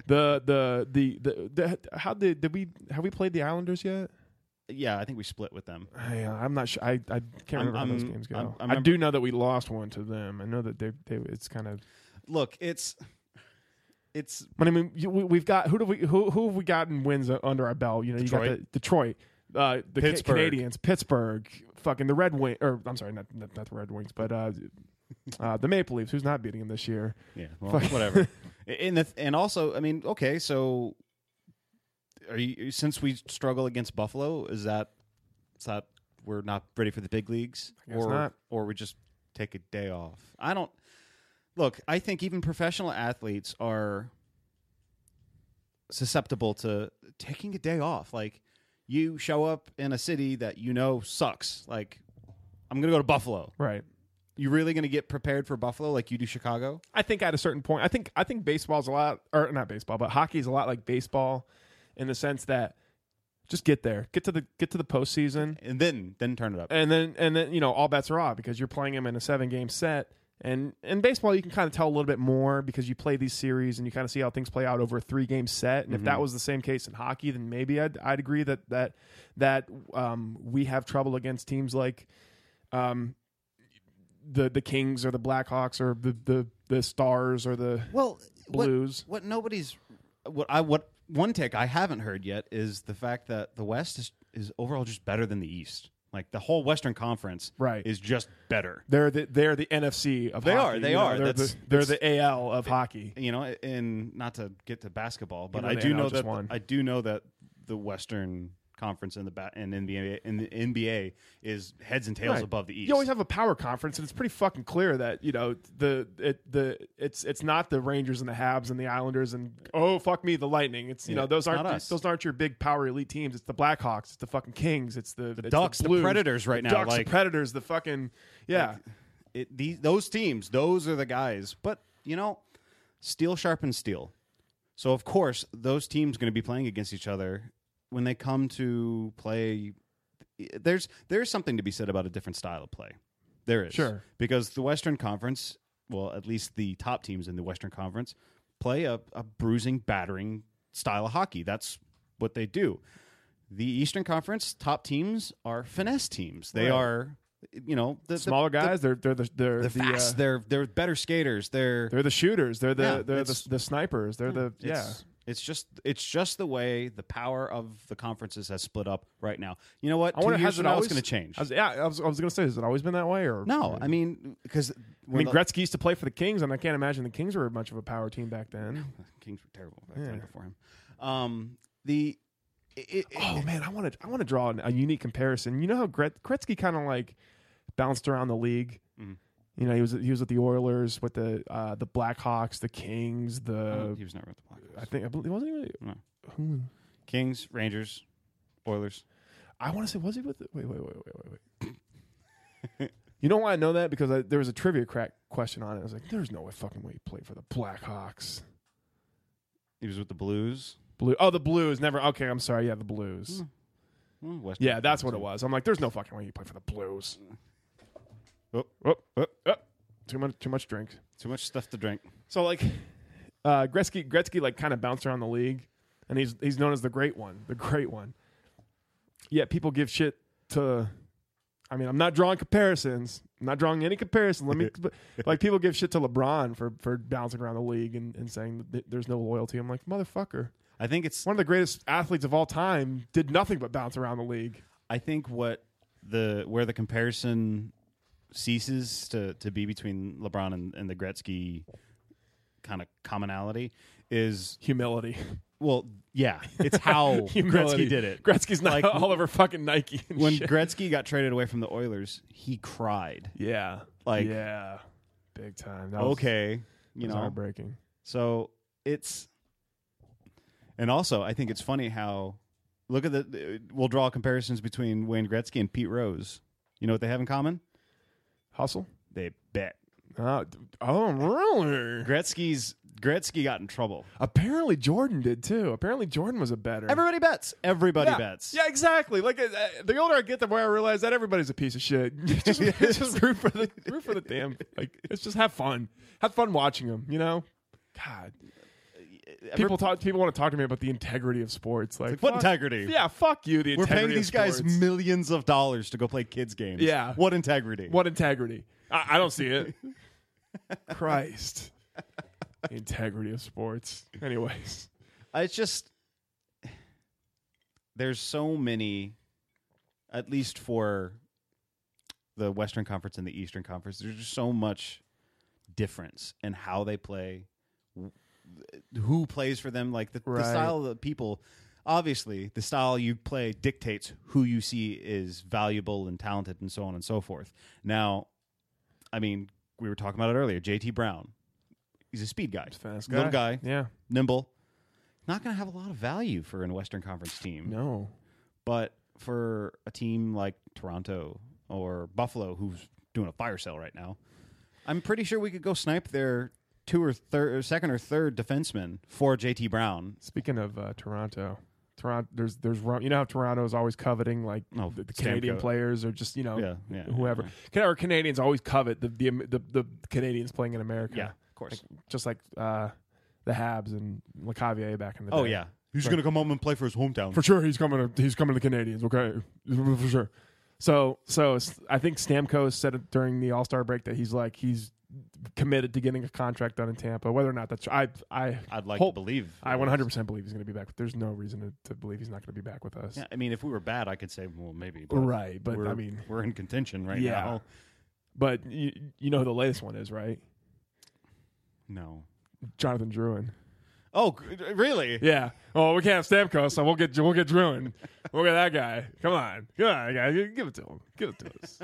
Speaker 3: The the the the, the how did did we have we played the Islanders yet?
Speaker 4: yeah, I think we split with them.
Speaker 3: I, uh, I'm not sure. I, I can't remember how those
Speaker 4: I'm-
Speaker 3: games go.
Speaker 4: I'm- I
Speaker 3: I
Speaker 4: remember-
Speaker 3: do know that we lost one to them. I know that they they it's kind of.
Speaker 4: Look, it's, it's
Speaker 3: But I mean, you, we, we've got who do we who who have we gotten wins uh, under our belt? You know, you got
Speaker 4: Detroit.
Speaker 3: the Detroit, uh, the Ca-
Speaker 4: Pittsburgh.
Speaker 3: Canadians, Pittsburgh, fucking the Red Wing, or I'm sorry, not not, not the Red Wings, but uh, uh, the Maple Leafs. Who's not beating them this year?
Speaker 4: yeah, well, whatever. And the and also, I mean, okay, so are you since we struggle against Buffalo, is that is that we're not ready for the big leagues,
Speaker 3: I guess
Speaker 4: or
Speaker 3: not.
Speaker 4: or we just take a day off? I don't look. I think even professional athletes are susceptible to taking a day off. Like you show up in a city that you know sucks. Like I'm gonna go to Buffalo.
Speaker 3: Right.
Speaker 4: You really gonna get prepared for Buffalo like you do Chicago?
Speaker 3: I think at a certain point, I think I think baseball's a lot, or not baseball, but hockey's a lot like baseball, in the sense that just get there, get to the get to the postseason,
Speaker 4: and then then turn it up.
Speaker 3: and then and then you know all bets are off because you're playing them in a seven game set and in baseball you can kind of tell a little bit more because you play these series and you kind of see how things play out over a three game set and if
Speaker 4: Mm-hmm.
Speaker 3: that was the same case in hockey then maybe i'd, I'd agree that that that um, we have trouble against teams like um, the the kings or the blackhawks or the the, the stars or the
Speaker 4: Well, what-
Speaker 3: Blues.
Speaker 4: What, nobody's what I what one take I haven't heard yet is the fact that the West is is overall just better than the East. Like the whole Western Conference,
Speaker 3: Right.
Speaker 4: is just better.
Speaker 3: they're the they're the nfc of
Speaker 4: They
Speaker 3: hockey,
Speaker 4: are, they
Speaker 3: you know,
Speaker 4: are.
Speaker 3: they're,
Speaker 4: That's-
Speaker 3: the, they're the al of hockey
Speaker 4: You know, and not to get to basketball, but
Speaker 3: Even
Speaker 4: I
Speaker 3: though
Speaker 4: do
Speaker 3: the NL
Speaker 4: know
Speaker 3: just
Speaker 4: that
Speaker 3: won.
Speaker 4: I do know that the Western Conference and the bat and NBA and the NBA is heads and tails
Speaker 3: Right.
Speaker 4: above the East.
Speaker 3: You always have a power conference, and it's pretty fucking clear that you know the it the it's it's not the Rangers and the Habs and the Islanders and oh fuck me the Lightning. It's you
Speaker 4: Yeah,
Speaker 3: know those
Speaker 4: it's not
Speaker 3: aren't
Speaker 4: us.
Speaker 3: those aren't your big power elite teams. It's the Blackhawks, it's the fucking Kings, it's the, it's
Speaker 4: Ducks, the
Speaker 3: Blues,
Speaker 4: Predators right
Speaker 3: the
Speaker 4: now,
Speaker 3: Ducks,
Speaker 4: like-
Speaker 3: the Predators, the fucking yeah.
Speaker 4: it, these those teams, those are the guys. But you know, steel sharpens steel. So of course, those teams going to be playing against each other when they come to play. There's there's something to be said about a different style of play. There is
Speaker 3: Sure.
Speaker 4: because the Western Conference, well, at least the top teams in the Western Conference play a, a bruising, battering style of hockey. That's what they do. The Eastern Conference top teams are finesse teams. They
Speaker 3: Right.
Speaker 4: are, you know, the, the-
Speaker 3: Smaller
Speaker 4: the-
Speaker 3: guys, they're they're the they're,
Speaker 4: they're
Speaker 3: the
Speaker 4: fast.
Speaker 3: uh,
Speaker 4: they're they're better skaters. They're,
Speaker 3: they're the shooters. They're the
Speaker 4: Yeah,
Speaker 3: they're
Speaker 4: it's-
Speaker 3: the, the snipers. They're the yeah.
Speaker 4: it's, It's just it's just the way the power of the conferences has split up right now. You know what?
Speaker 3: I wonder
Speaker 4: Two
Speaker 3: has it
Speaker 4: years from now,
Speaker 3: always
Speaker 4: it's going to change.
Speaker 3: I was, yeah, I was, I was gonna say, has it always been that way or
Speaker 4: no, I mean because
Speaker 3: I mean, Gretzky used to play for the Kings, and I can't imagine the Kings were much of a power team back then.
Speaker 4: Kings were terrible back then before him. Um, the it, it,
Speaker 3: Oh man, I want to I want to draw an- a unique comparison. You know how Gret, Gretzky kind of like bounced around the league.
Speaker 4: Mm-hmm.
Speaker 3: You know, he was he was with the Oilers, with the uh, the Blackhawks, the Kings, the
Speaker 4: oh, he was never with the
Speaker 3: Uh, I
Speaker 4: Blackhawks.
Speaker 3: think I believe wasn't he. With,
Speaker 4: Kings, Rangers, Oilers.
Speaker 3: I want to say was he with the, wait wait wait wait wait wait. you know why I know that because I, there was a trivia crack question on it. I was like, there's no way fucking way he played for the Blackhawks.
Speaker 4: He was with the Blues.
Speaker 3: Blue oh the Blues never okay I'm sorry yeah the Blues
Speaker 4: Hmm, Western
Speaker 3: yeah that's what it Mm.
Speaker 4: Conference.
Speaker 3: was. I'm like, there's no fucking way he played for the Blues.
Speaker 4: Oh,
Speaker 3: Oh, oh, oh. Too much too much drink.
Speaker 4: too much stuff to drink.
Speaker 3: So like uh, Gretzky, Gretzky like kind of bounced around the league, and he's he's known as the great one, the great one. Yet people give shit to. I mean, I'm not drawing comparisons. I'm not drawing any comparison. Let me, but, like, people give shit to LeBron for for bouncing around the league and, and saying that there's no loyalty. I'm like, motherfucker,
Speaker 4: I think it's
Speaker 3: one of the greatest athletes of all time did nothing but bounce around the league.
Speaker 4: I think what the where the comparison ceases to, to be between LeBron and, and the Gretzky kind of commonality is
Speaker 3: Humility.
Speaker 4: well, yeah, it's how
Speaker 3: Humility.
Speaker 4: Gretzky did it.
Speaker 3: Gretzky's not
Speaker 4: Like,
Speaker 3: all over fucking Nike. And
Speaker 4: When
Speaker 3: shit.
Speaker 4: Gretzky got traded away from the Oilers, he cried.
Speaker 3: yeah,
Speaker 4: Like-
Speaker 3: yeah, big time. That was-
Speaker 4: Okay,
Speaker 3: that
Speaker 4: you
Speaker 3: was
Speaker 4: know,
Speaker 3: heartbreaking.
Speaker 4: So it's, and also I think it's funny how Look at the. We'll draw comparisons between Wayne Gretzky and Pete Rose. You know what they have in common?
Speaker 3: Hustle.
Speaker 4: They bet.
Speaker 3: Uh, d- oh, really?
Speaker 4: Gretzky's Gretzky got in trouble.
Speaker 3: Apparently, Jordan did too. Apparently, Jordan was a better.
Speaker 4: Everybody bets. Everybody
Speaker 3: yeah.
Speaker 4: bets.
Speaker 3: Yeah, exactly. Like uh, uh, the older I get, the more I realize that everybody's a piece of shit. just, just root for the root for the damn. Like, let's just have fun. Have fun watching them. You know, God. Uh, People talk. People want to talk to me about the integrity of sports. Like,
Speaker 4: Like, what
Speaker 3: fuck-
Speaker 4: integrity?
Speaker 3: Yeah, fuck you. The
Speaker 4: We're
Speaker 3: integrity
Speaker 4: paying
Speaker 3: of
Speaker 4: these guys
Speaker 3: sports.
Speaker 4: millions of dollars to go play kids games.
Speaker 3: Yeah.
Speaker 4: What integrity?
Speaker 3: What integrity? I, I don't see it. Christ. The integrity of sports. Anyways.
Speaker 4: It's just there's so many, at least for the Western Conference and the Eastern Conference. There's just so much difference in how they play, wh- who plays for them, like the,
Speaker 3: Right.
Speaker 4: the style of the people. Obviously, the style you play dictates who you see is valuable and talented, and so on and so forth. Now, I mean, we were talking about it earlier. JT Brown, he's a speed guy,
Speaker 3: Fast
Speaker 4: little guy,
Speaker 3: Yeah.
Speaker 4: nimble. Not going to have a lot of value for an Western Conference team.
Speaker 3: No.
Speaker 4: But for a team like Toronto or Buffalo, who's doing a fire sale right now, I'm pretty sure we could go snipe their two or third, second or third defenseman for JT Brown.
Speaker 3: Speaking of uh, Toronto. Toronto, there's there's Ro- you know how Toronto is always coveting like
Speaker 4: Oh,
Speaker 3: the, the Canadian
Speaker 4: Stamkos.
Speaker 3: players or just you know
Speaker 4: Yeah, yeah,
Speaker 3: whoever Can- or Canadians always covet the, the the the Canadians playing in America
Speaker 4: of course.
Speaker 3: just like uh, the Habs and LeCavier back in the
Speaker 4: Oh
Speaker 3: day.
Speaker 4: yeah, he's going to come home and play for his hometown.
Speaker 3: for sure he's coming to he's coming to the Canadians. Okay, for sure. So so s- I think Stamkos said it during the All Star break that he's like he's committed to getting a contract done in Tampa. Whether or not that's I I
Speaker 4: I'd like
Speaker 3: hope-
Speaker 4: to believe.
Speaker 3: I 100 percent believe he's going to be back. There's no reason to, to believe he's not going to be back with us.
Speaker 4: Yeah, I mean, if we were bad, I could say, well, maybe. But
Speaker 3: right, but
Speaker 4: we're-
Speaker 3: I mean,
Speaker 4: we're in contention right
Speaker 3: Yeah.
Speaker 4: now.
Speaker 3: but you, you know who the latest one is, right?
Speaker 4: No.
Speaker 3: Jonathan Druin.
Speaker 4: Oh, g- really?
Speaker 3: Yeah. Oh, we can't have Stamkos, so we'll get we'll get Druin. we'll get that guy. Come on, come on, guys, give it to him. Give it to us.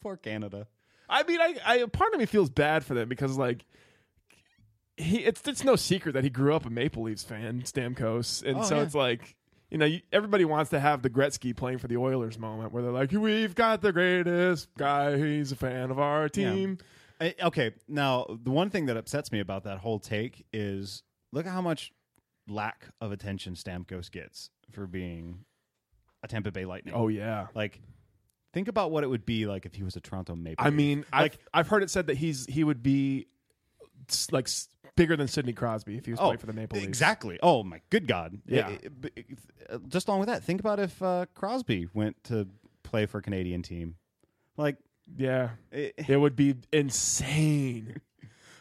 Speaker 4: Poor Canada.
Speaker 3: I mean, I, I part of me feels bad for them because like he it's it's no secret that he grew up a Maple Leafs fan, Stamkos, and
Speaker 4: Oh,
Speaker 3: so
Speaker 4: yeah.
Speaker 3: it's like you know you, everybody wants to have the Gretzky playing for the Oilers moment where they're like, we've got the greatest guy. He's a fan of our team.
Speaker 4: I, okay, now the one thing that upsets me about that whole take is look at how much lack of attention Stamkos gets for being a Tampa Bay Lightning.
Speaker 3: Oh yeah.
Speaker 4: like think about what it would be like if he was a Toronto Maple.
Speaker 3: I
Speaker 4: Leaf.
Speaker 3: mean,
Speaker 4: like
Speaker 3: I've I've heard it said that he's he would be s- like s- bigger than Sidney Crosby if he was
Speaker 4: oh,
Speaker 3: playing for the Maple Leafs.
Speaker 4: exactly. Oh my good god.
Speaker 3: Yeah.
Speaker 4: It- it- but it- uh, just along with that, think about if uh, Crosby went to play for a Canadian team. Like
Speaker 3: Yeah.
Speaker 4: it,
Speaker 3: It would be insane.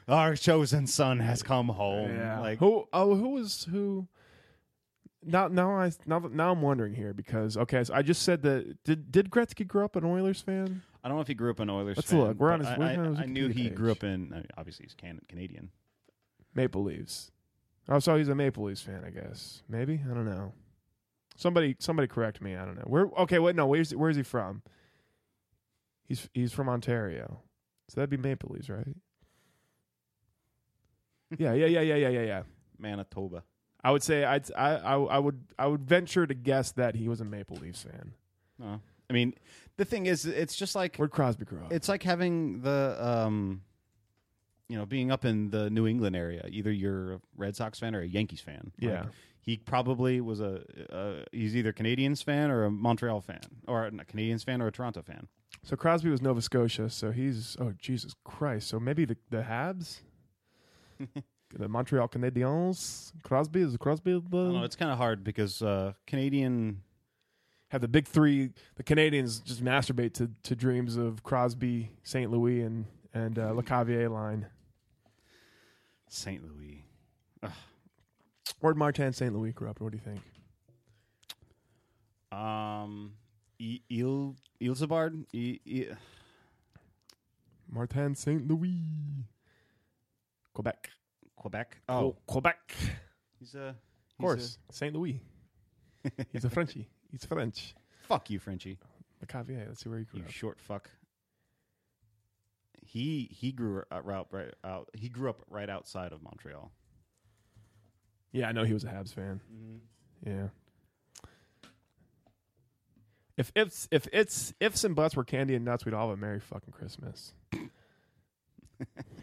Speaker 4: our chosen son has come home.
Speaker 3: Yeah.
Speaker 4: Like
Speaker 3: who? Oh, who was who? Now, now I now, now I'm wondering here because okay, so I just said that did did Gretzky grow up an Oilers fan?
Speaker 4: I don't know if he grew up an Oilers.
Speaker 3: Let's
Speaker 4: fan,
Speaker 3: look. We're on
Speaker 4: but
Speaker 3: his-
Speaker 4: I-
Speaker 3: we're
Speaker 4: I,
Speaker 3: on his
Speaker 4: I knew
Speaker 3: Wikipedia
Speaker 4: he
Speaker 3: page.
Speaker 4: grew up in. I mean, obviously, he's can, Canadian.
Speaker 3: Maple Leafs. Oh, so he's a Maple Leafs fan, I guess. Maybe I don't know. Somebody somebody correct me. I don't know. Where? Okay, wait, no. Where's where's he from? He's he's from Ontario, so that'd be Maple Leafs, right? yeah, yeah, yeah, yeah, yeah, yeah, yeah.
Speaker 4: Manitoba.
Speaker 3: I would say I'd, I I I would I would venture to guess that he was a Maple Leafs fan. Oh.
Speaker 4: No, I mean, the thing is, it's just like
Speaker 3: Where'd Crosby grow up?
Speaker 4: it's like having the um, you know, being up in the New England area. Either you're a Red Sox fan or a Yankees fan. Like,
Speaker 3: Yeah.
Speaker 4: he probably was a. Uh, he's either Canadians fan or a Montreal fan, or a Canadians fan or a Toronto fan.
Speaker 3: So Crosby was Nova Scotia, so he's oh Jesus Christ. So maybe the the Habs, the Montreal Canadiens. Crosby is Crosby
Speaker 4: I don't know.
Speaker 3: the
Speaker 4: It's kind of hard because uh, Canadian.
Speaker 3: have the big three. The Canadians just masturbate to, to dreams of Crosby, St. Louis, and and uh, LeCavier line.
Speaker 4: St. Louis.
Speaker 3: Where'd Martin St. Louis grow up? What do you think?
Speaker 4: Um, E- Il Il Sabard. E- E-
Speaker 3: Martin St. Louis, Quebec.
Speaker 4: Quebec.
Speaker 3: Oh. Quebec.
Speaker 4: Oh. he's a
Speaker 3: Of course, St. Louis. He's a Frenchy. He's French.
Speaker 4: fuck you, Frenchie.
Speaker 3: LeCavier. Let's see where he grew
Speaker 4: You
Speaker 3: up.
Speaker 4: short fuck. He he grew up right, right out. He grew up right outside of Montreal.
Speaker 3: Mm-hmm. Yeah, I know he was a Habs fan. Yeah. If ifs if it's ifs and buts were candy and nuts, we'd all have a merry fucking Christmas.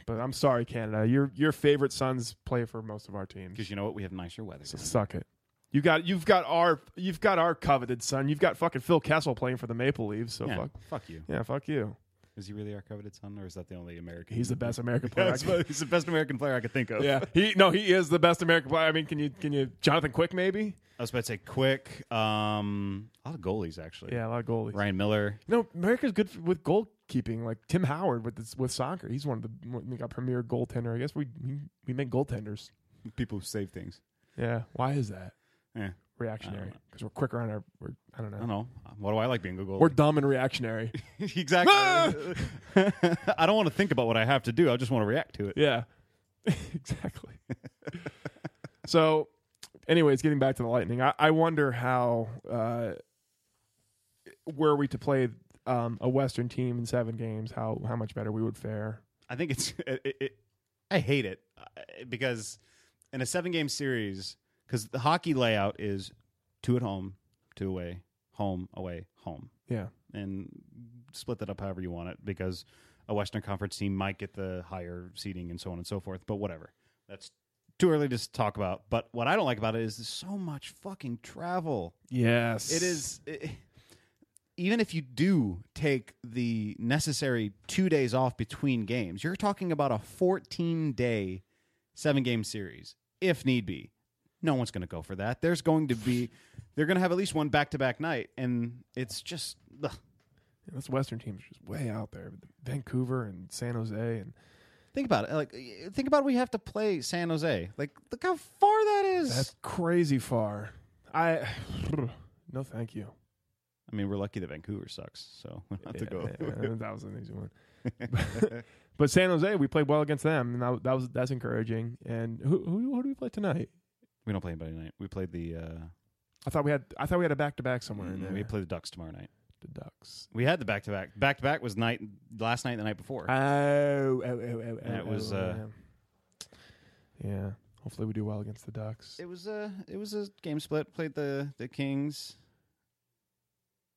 Speaker 3: but I'm sorry, Canada. Your your favorite sons play for most of our teams.
Speaker 4: Because you know what? We have nicer weather.
Speaker 3: So suck it. You got you've got our you've got our coveted son. You've got fucking Phil Kessel playing for the Maple Leaves. So
Speaker 4: yeah,
Speaker 3: fuck
Speaker 4: fuck you.
Speaker 3: yeah, fuck you.
Speaker 4: Is he really our coveted son, or is that the only American?
Speaker 3: He's the best American player. I
Speaker 4: That's
Speaker 3: can-
Speaker 4: what- he's the best American player I could think of.
Speaker 3: yeah, he no, he is the best American player. I mean, can you can you Jonathan Quick maybe?
Speaker 4: I was about to say quick. Um, a lot of goalies actually.
Speaker 3: Yeah, a lot of goalies.
Speaker 4: Ryan Miller.
Speaker 3: No, America's good for, with goalkeeping. Like Tim Howard with this, with soccer, he's one of the we got premier goaltender. I guess we we make goaltenders.
Speaker 4: People who save things.
Speaker 3: Yeah, why is that
Speaker 4: Yeah.
Speaker 3: reactionary? Because we're quicker on our. We're, I don't know.
Speaker 4: I don't know. What do I like being a goalie?
Speaker 3: We're Ah! dumb and reactionary.
Speaker 4: exactly. I don't want to think about what I have to do. I just want to react to it.
Speaker 3: yeah, exactly. so, anyways, getting back to the Lightning, I, I wonder how uh, were we to play um, a Western team in seven games, how how much better we would fare.
Speaker 4: I think it's. It, it, I hate it uh, because in a seven game series, because the hockey layout is two at home, two away, home, away, home,
Speaker 3: Yeah,
Speaker 4: and split that up however you want it because a Western Conference team might get the higher seeding and so on and so forth. But whatever. That's too early to s- talk about. But what I don't like about it is there's so much fucking travel.
Speaker 3: yes,
Speaker 4: It is. It, even if you do take the necessary two days off between games, you're talking about a 14 day, seven game series, if need be. No one's going to go for that. There's going to be, they're going to have at least one back to back night, and it's just, ugh.
Speaker 3: Yeah, those Western teams are just way out there. Vancouver and San Jose and
Speaker 4: think about it. Like, think about we have to play San Jose. Like, look how far that is.
Speaker 3: that's crazy far. I no, thank you.
Speaker 4: I mean, we're lucky that Vancouver sucks, so we don't have to go.
Speaker 3: Yeah, yeah, that was an easy one. but San Jose, we played well against them, and that, that was that's encouraging. And who, who who do we play tonight?
Speaker 4: We don't play anybody tonight. We played the, uh,
Speaker 3: I thought we had I thought we had a back to back somewhere in there.
Speaker 4: Mm, we play the Ducks tomorrow night.
Speaker 3: the Ducks.
Speaker 4: We had the back to back. Back to back was night last night, and the night before.
Speaker 3: Oh, oh, oh, oh,
Speaker 4: And it
Speaker 3: oh,
Speaker 4: was,
Speaker 3: oh,
Speaker 4: uh,
Speaker 3: yeah. yeah. Hopefully, we do well against the Ducks.
Speaker 4: it was a it was a game split. Played the the Kings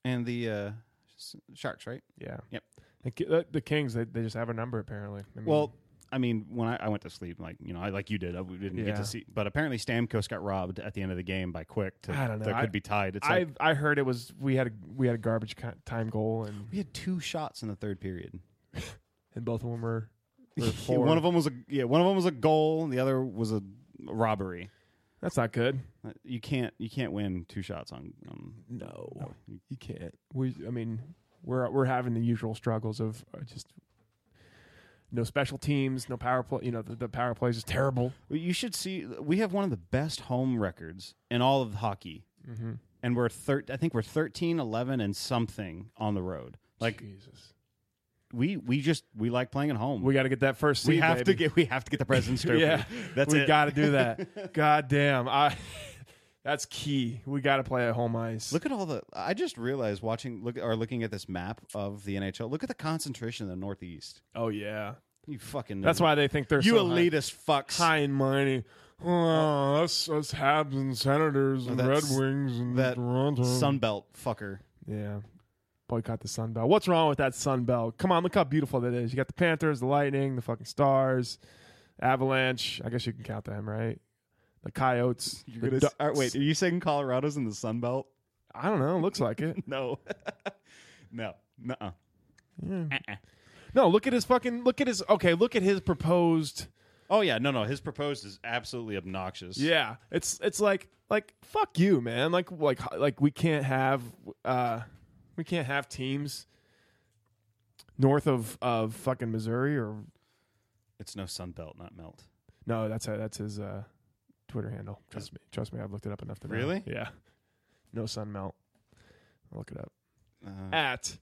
Speaker 4: and the uh, S- Sharks, right?
Speaker 3: yeah.
Speaker 4: Yep.
Speaker 3: The, Ki- the, the Kings, they, they just have a number apparently. I mean,
Speaker 4: Well, I mean, when I, I went to sleep, like you know, I like you did, I we didn't get
Speaker 3: Yeah.
Speaker 4: to see. But apparently, Stamkos got robbed at the end of the game by Quick. To,
Speaker 3: I don't know.
Speaker 4: That could
Speaker 3: I-
Speaker 4: be tied. It's
Speaker 3: I
Speaker 4: like,
Speaker 3: I heard it was we had a, we had a garbage co- time goal and
Speaker 4: we had two shots in the third period.
Speaker 3: and both of them were, were four.
Speaker 4: one of them was a yeah, one of them was a goal, and the other was a robbery.
Speaker 3: That's not good.
Speaker 4: Uh, You can't you can't win two shots on. on
Speaker 3: No, you can't. We I mean we're we're having the usual struggles of uh, just no special teams, no power play. You know the, the power plays is terrible.
Speaker 4: Well, You should see. We have one of the best home records in all of hockey,
Speaker 3: Mm-hmm.
Speaker 4: and we're thir- I think we're 13, 11, and something on the road. Like
Speaker 3: Jesus,
Speaker 4: we we just we like playing at home.
Speaker 3: we got to get that first.
Speaker 4: We
Speaker 3: seed,
Speaker 4: have to
Speaker 3: baby.
Speaker 4: get we have to get the President's Trophy.
Speaker 3: Yeah,
Speaker 4: that's
Speaker 3: we
Speaker 4: it.
Speaker 3: got to do that. God damn, I. That's key. We got to play at home ice.
Speaker 4: Look at all the. I just realized watching look or looking at this map of the NHL. Look at the concentration in the Northeast.
Speaker 3: oh yeah,
Speaker 4: You fucking.
Speaker 3: that's why they think they're
Speaker 4: you
Speaker 3: so high.
Speaker 4: elitist fucks.
Speaker 3: high and mighty. Oh, us, us Habs and Senators and Red
Speaker 4: that's-
Speaker 3: Wings and
Speaker 4: that
Speaker 3: Toronto.
Speaker 4: Sunbelt fucker.
Speaker 3: yeah, boycott the Sun Belt. What's wrong with that Sun Belt? Come on, look how beautiful that is. You got the Panthers, the Lightning, the fucking Stars, Avalanche. I guess you can count them, right? The Coyotes. the Ducks.
Speaker 4: uh, wait, are you saying Colorado's in the Sunbelt?
Speaker 3: I don't know. Looks like it.
Speaker 4: No. no. Nuh-uh.
Speaker 3: No, look at his fucking. Look at his. Okay, look at his proposed.
Speaker 4: Oh yeah, no, no. His proposed is absolutely obnoxious.
Speaker 3: Yeah, it's it's like like fuck you, man. Like like like we can't have uh we can't have teams north of of fucking Missouri or
Speaker 4: It's no sunbelt, not melt.
Speaker 3: no, that's that's his uh Twitter handle. Trust me, trust me, I've looked it up enough to know.
Speaker 4: Really?
Speaker 3: Yeah, no sun melt. I'll look it up
Speaker 4: Uh,
Speaker 3: at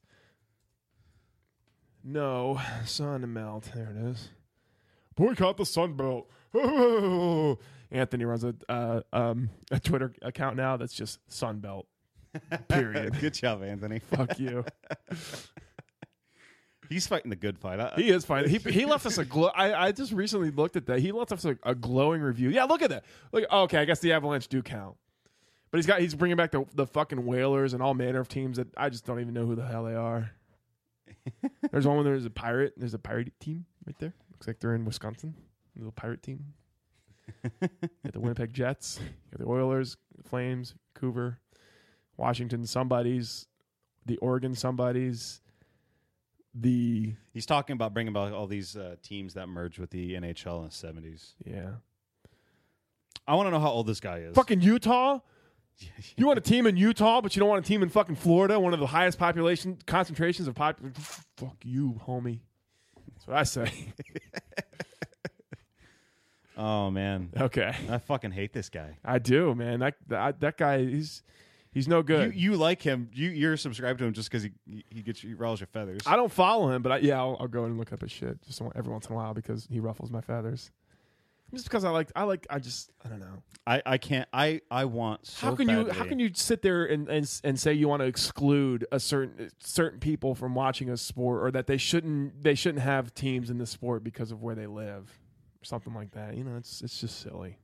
Speaker 3: no sun melt. There it is. Boycott the sun belt. Anthony runs a uh, um, a Twitter account now that's just sun belt. Period.
Speaker 4: Good job, Anthony.
Speaker 3: Fuck you.
Speaker 4: He's fighting the good fight. I,
Speaker 3: He is fine. He he left us a glow. I, I just recently looked at that. He left us a, a glowing review. Yeah, look at that. Like okay, I guess the Avalanche do count, But he's got he's bringing back the the fucking whalers and all manner of teams that I just don't even know who the hell they are. there's one where there's a pirate. There's a pirate team right there. Looks like they're in Wisconsin. A little pirate team. You got the Winnipeg Jets. You got the Oilers, Flames, Vancouver, Washington. Somebody's the Oregon. Somebody's the
Speaker 4: He's talking about bringing about all these uh, teams that merged with the NHL in the seventies.
Speaker 3: yeah.
Speaker 4: I want to know how old this guy is.
Speaker 3: Fucking Utah. You want a team in Utah, but you don't want a team in fucking Florida, one of the highest population concentrations of pop. Fuck you, homie. That's what I say.
Speaker 4: Oh man,
Speaker 3: okay,
Speaker 4: I fucking hate this guy.
Speaker 3: I do, man. That that, that guy, he's he's no
Speaker 4: You,
Speaker 3: good.
Speaker 4: you like him? You you're subscribed to him just because he he gets you he ruffles your feathers.
Speaker 3: I don't follow him, but I, yeah, I'll, I'll go and look up his shit just every once in a while because he ruffles my feathers. Just because I like, I like, I just, I don't know.
Speaker 4: I, I can't. I I want. So
Speaker 3: how can you how
Speaker 4: badly-
Speaker 3: can you sit there and, and and say you want to exclude a certain certain people from watching a sport or that they shouldn't they shouldn't have teams in the sport because of where they live or something like that you know it's it's just silly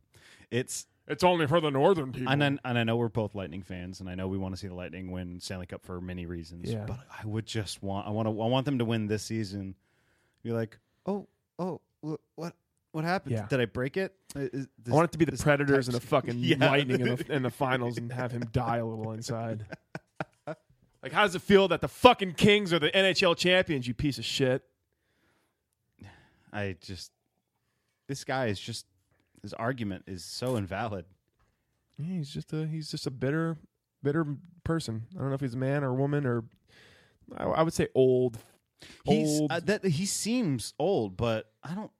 Speaker 4: It's
Speaker 3: it's only for the northern people
Speaker 4: and I, and I know we're both Lightning fans, and I know we want to see the Lightning win Stanley Cup for many reasons.
Speaker 3: Yeah.
Speaker 4: But I would just want I want to I want them to win this season. Be like, oh oh, wh- what what happened?
Speaker 3: Yeah.
Speaker 4: Did I break it? I- is-
Speaker 3: I want it to be the
Speaker 4: this
Speaker 3: Predators and the
Speaker 4: type-
Speaker 3: fucking
Speaker 4: Yeah.
Speaker 3: Lightning in the, in the finals and have him die a little inside. Like, how does it feel that the fucking Kings are the NHL champions, you piece of shit?
Speaker 4: I just this guy is just his argument is so invalid.
Speaker 3: Yeah, he's just a he's just a bitter bitter person. I don't know if he's a man or a woman or I, I would say old.
Speaker 4: He's
Speaker 3: old.
Speaker 4: uh, that he seems old, but I don't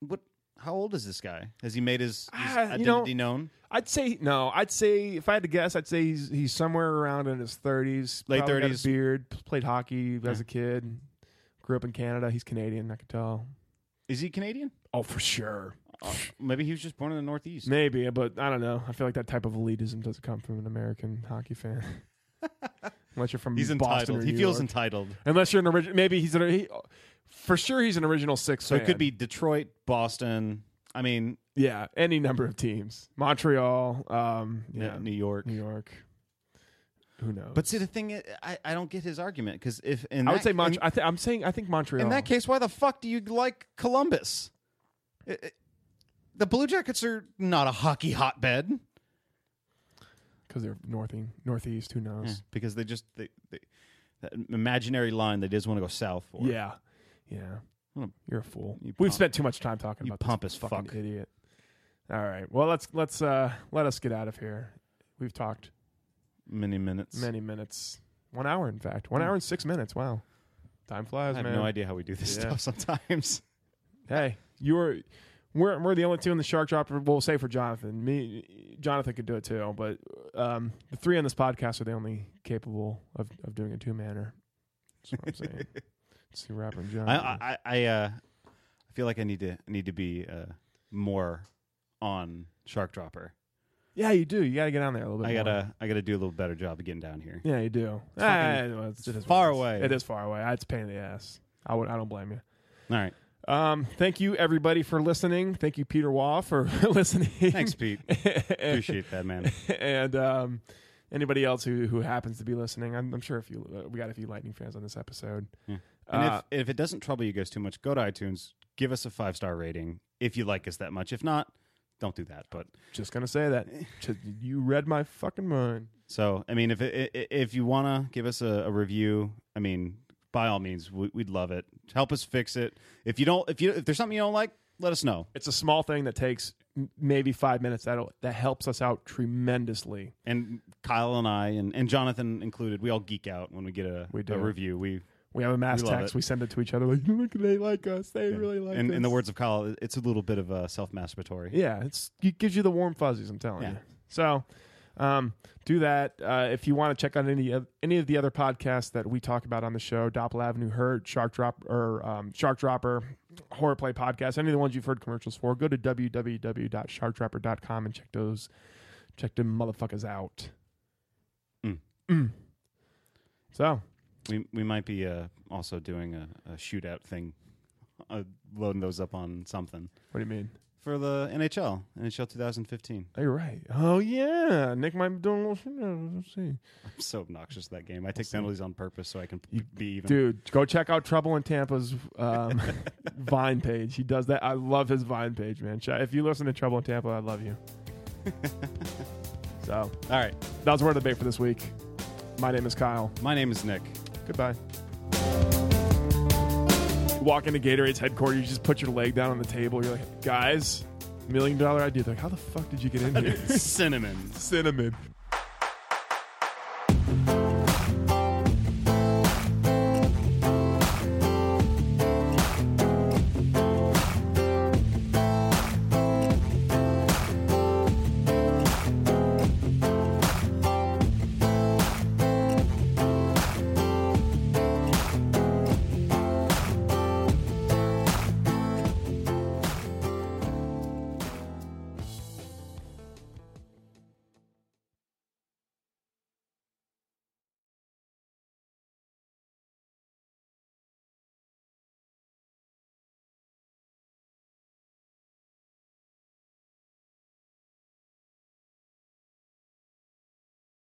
Speaker 4: what how old is this guy? Has he made his, his
Speaker 3: Ah,
Speaker 4: identity
Speaker 3: you know-
Speaker 4: known?
Speaker 3: I'd say no. I'd say if I had to guess, I'd say he's he's somewhere around in his thirties,
Speaker 4: Late 30s.
Speaker 3: beard, p- played hockey as a kid, grew up in Canada. He's Canadian, I could tell.
Speaker 4: Is he Canadian?
Speaker 3: Oh, for sure,
Speaker 4: Uh, maybe he was just born in the Northeast.
Speaker 3: maybe, but I don't know. I feel like that type of elitism doesn't come from an American hockey fan, unless you're from
Speaker 4: He's
Speaker 3: Boston
Speaker 4: entitled.
Speaker 3: or
Speaker 4: he
Speaker 3: New
Speaker 4: feels
Speaker 3: York.
Speaker 4: entitled.
Speaker 3: Unless you're an original, maybe he's an he, for sure he's an original six.
Speaker 4: So it
Speaker 3: fan.
Speaker 4: could be Detroit, Boston. I mean,
Speaker 3: Yeah, any number of teams. Montreal, um, yeah,
Speaker 4: New York.
Speaker 3: New York. Who knows?
Speaker 4: But see, the thing is, I, I don't get his argument because if in
Speaker 3: I would
Speaker 4: that-
Speaker 3: say
Speaker 4: in-
Speaker 3: Montreal. I th- I'm saying I think Montreal.
Speaker 4: In, that case, why the fuck do you like Columbus? I- I- the Blue Jackets are not a hockey hotbed
Speaker 3: because they're northing, northeast. Who knows?
Speaker 4: because they just they, they that imaginary line they just want to go south for.
Speaker 3: Yeah, yeah.
Speaker 4: What a-
Speaker 3: You're a fool.
Speaker 4: you
Speaker 3: We've
Speaker 4: pump-
Speaker 3: spent too much time talking
Speaker 4: you
Speaker 3: about this
Speaker 4: pompous
Speaker 3: fucking
Speaker 4: fuck.
Speaker 3: idiot. All right. Well, let's let's uh let us get out of here. We've talked
Speaker 4: many minutes.
Speaker 3: many minutes, one hour in fact, one hour and six minutes. Wow, time flies,
Speaker 4: Hmm. I have
Speaker 3: man.
Speaker 4: no idea how we do this
Speaker 3: Yeah.
Speaker 4: stuff sometimes.
Speaker 3: Hey, you were we're we're the only two in the shark drop. We'll say for Jonathan, me Jonathan could do it too, but um, the three on this podcast are the only capable of, of doing a two manner. That's what I'm saying. See, rapper and Jonathan.
Speaker 4: I I I, I, uh, I feel like I need to need to be uh, more on Shark Dropper.
Speaker 3: yeah, you do. You got to get on there a little bit.
Speaker 4: I
Speaker 3: more.
Speaker 4: gotta I gotta do a little better job of getting down here.
Speaker 3: Yeah, you do.
Speaker 4: It's
Speaker 3: Ah,
Speaker 4: fucking-
Speaker 3: well, it's- it is what
Speaker 4: far
Speaker 3: it is.
Speaker 4: away.
Speaker 3: It is far away. It's a pain in the ass. I would. I don't blame you.
Speaker 4: All right,
Speaker 3: Um, thank you everybody for listening. Thank you Peter Waugh for listening.
Speaker 4: thanks, Pete. Appreciate that, man.
Speaker 3: and um, anybody else who, who happens to be listening, I'm, I'm sure if you uh, we got a few Lightning fans on this episode.
Speaker 4: And
Speaker 3: Uh,
Speaker 4: if if it doesn't trouble you guys too much, go to iTunes, give us a five star rating if you like us that much. If not, don't do that. But
Speaker 3: Just gonna say that Just- you read my fucking mind.
Speaker 4: so I mean, if it, i- i- if you wanna give us a, a review, I mean, by all means, we, we'd love it. Help us fix it. If you don't, if you if there's something you don't like, let us know.
Speaker 3: It's a small thing that takes m- maybe five minutes. That will that helps us out tremendously.
Speaker 4: and Kyle and I and, and Jonathan included, we all geek out when we get a,
Speaker 3: We
Speaker 4: a
Speaker 3: do.
Speaker 4: review. We
Speaker 3: We have a mass
Speaker 4: We love
Speaker 3: text.
Speaker 4: it.
Speaker 3: We send it to each other like, look, they like us. They really like
Speaker 4: in,
Speaker 3: us.
Speaker 4: in the words of Kyle, it's a little bit of a self masturbatory.
Speaker 3: Yeah, it's it gives you the warm fuzzies. I'm telling
Speaker 4: Yeah.
Speaker 3: you. So, um, do that uh, if you want to check out any of, any of the other podcasts that we talk about on the show. Doppel Avenue Hurt, Shark Drop or um, Shark Dropper, Horror Play Podcast. Any of the ones you've heard commercials for, go to www.sharkdropper.com and check those check them motherfuckers out.
Speaker 4: Mm.
Speaker 3: Mm. So
Speaker 4: We we might be uh, also doing a, a shootout thing, uh, loading those up on something.
Speaker 3: what do you mean?
Speaker 4: for the NHL, NHL 2015.
Speaker 3: Oh, you're right. Oh yeah, Nick might be doing a little shit. now. Let's see.
Speaker 4: I'm so obnoxious to that game. I take penalties on purpose so I can be even.
Speaker 3: Dude, go check out Trouble in Tampa's um, Vine page. He does that. I love his Vine page, man. Ch- If you listen to Trouble in Tampa, I love you. so
Speaker 4: All right.
Speaker 3: that was word of the bait for this week. My name is Kyle.
Speaker 4: My name is Nick.
Speaker 3: Goodbye. Walk into Gatorade's headquarters, you just put your leg down on the table. You're like, guys, million dollar idea. They're like, how the fuck did you get in here?
Speaker 4: Cinnamon.
Speaker 3: Cinnamon.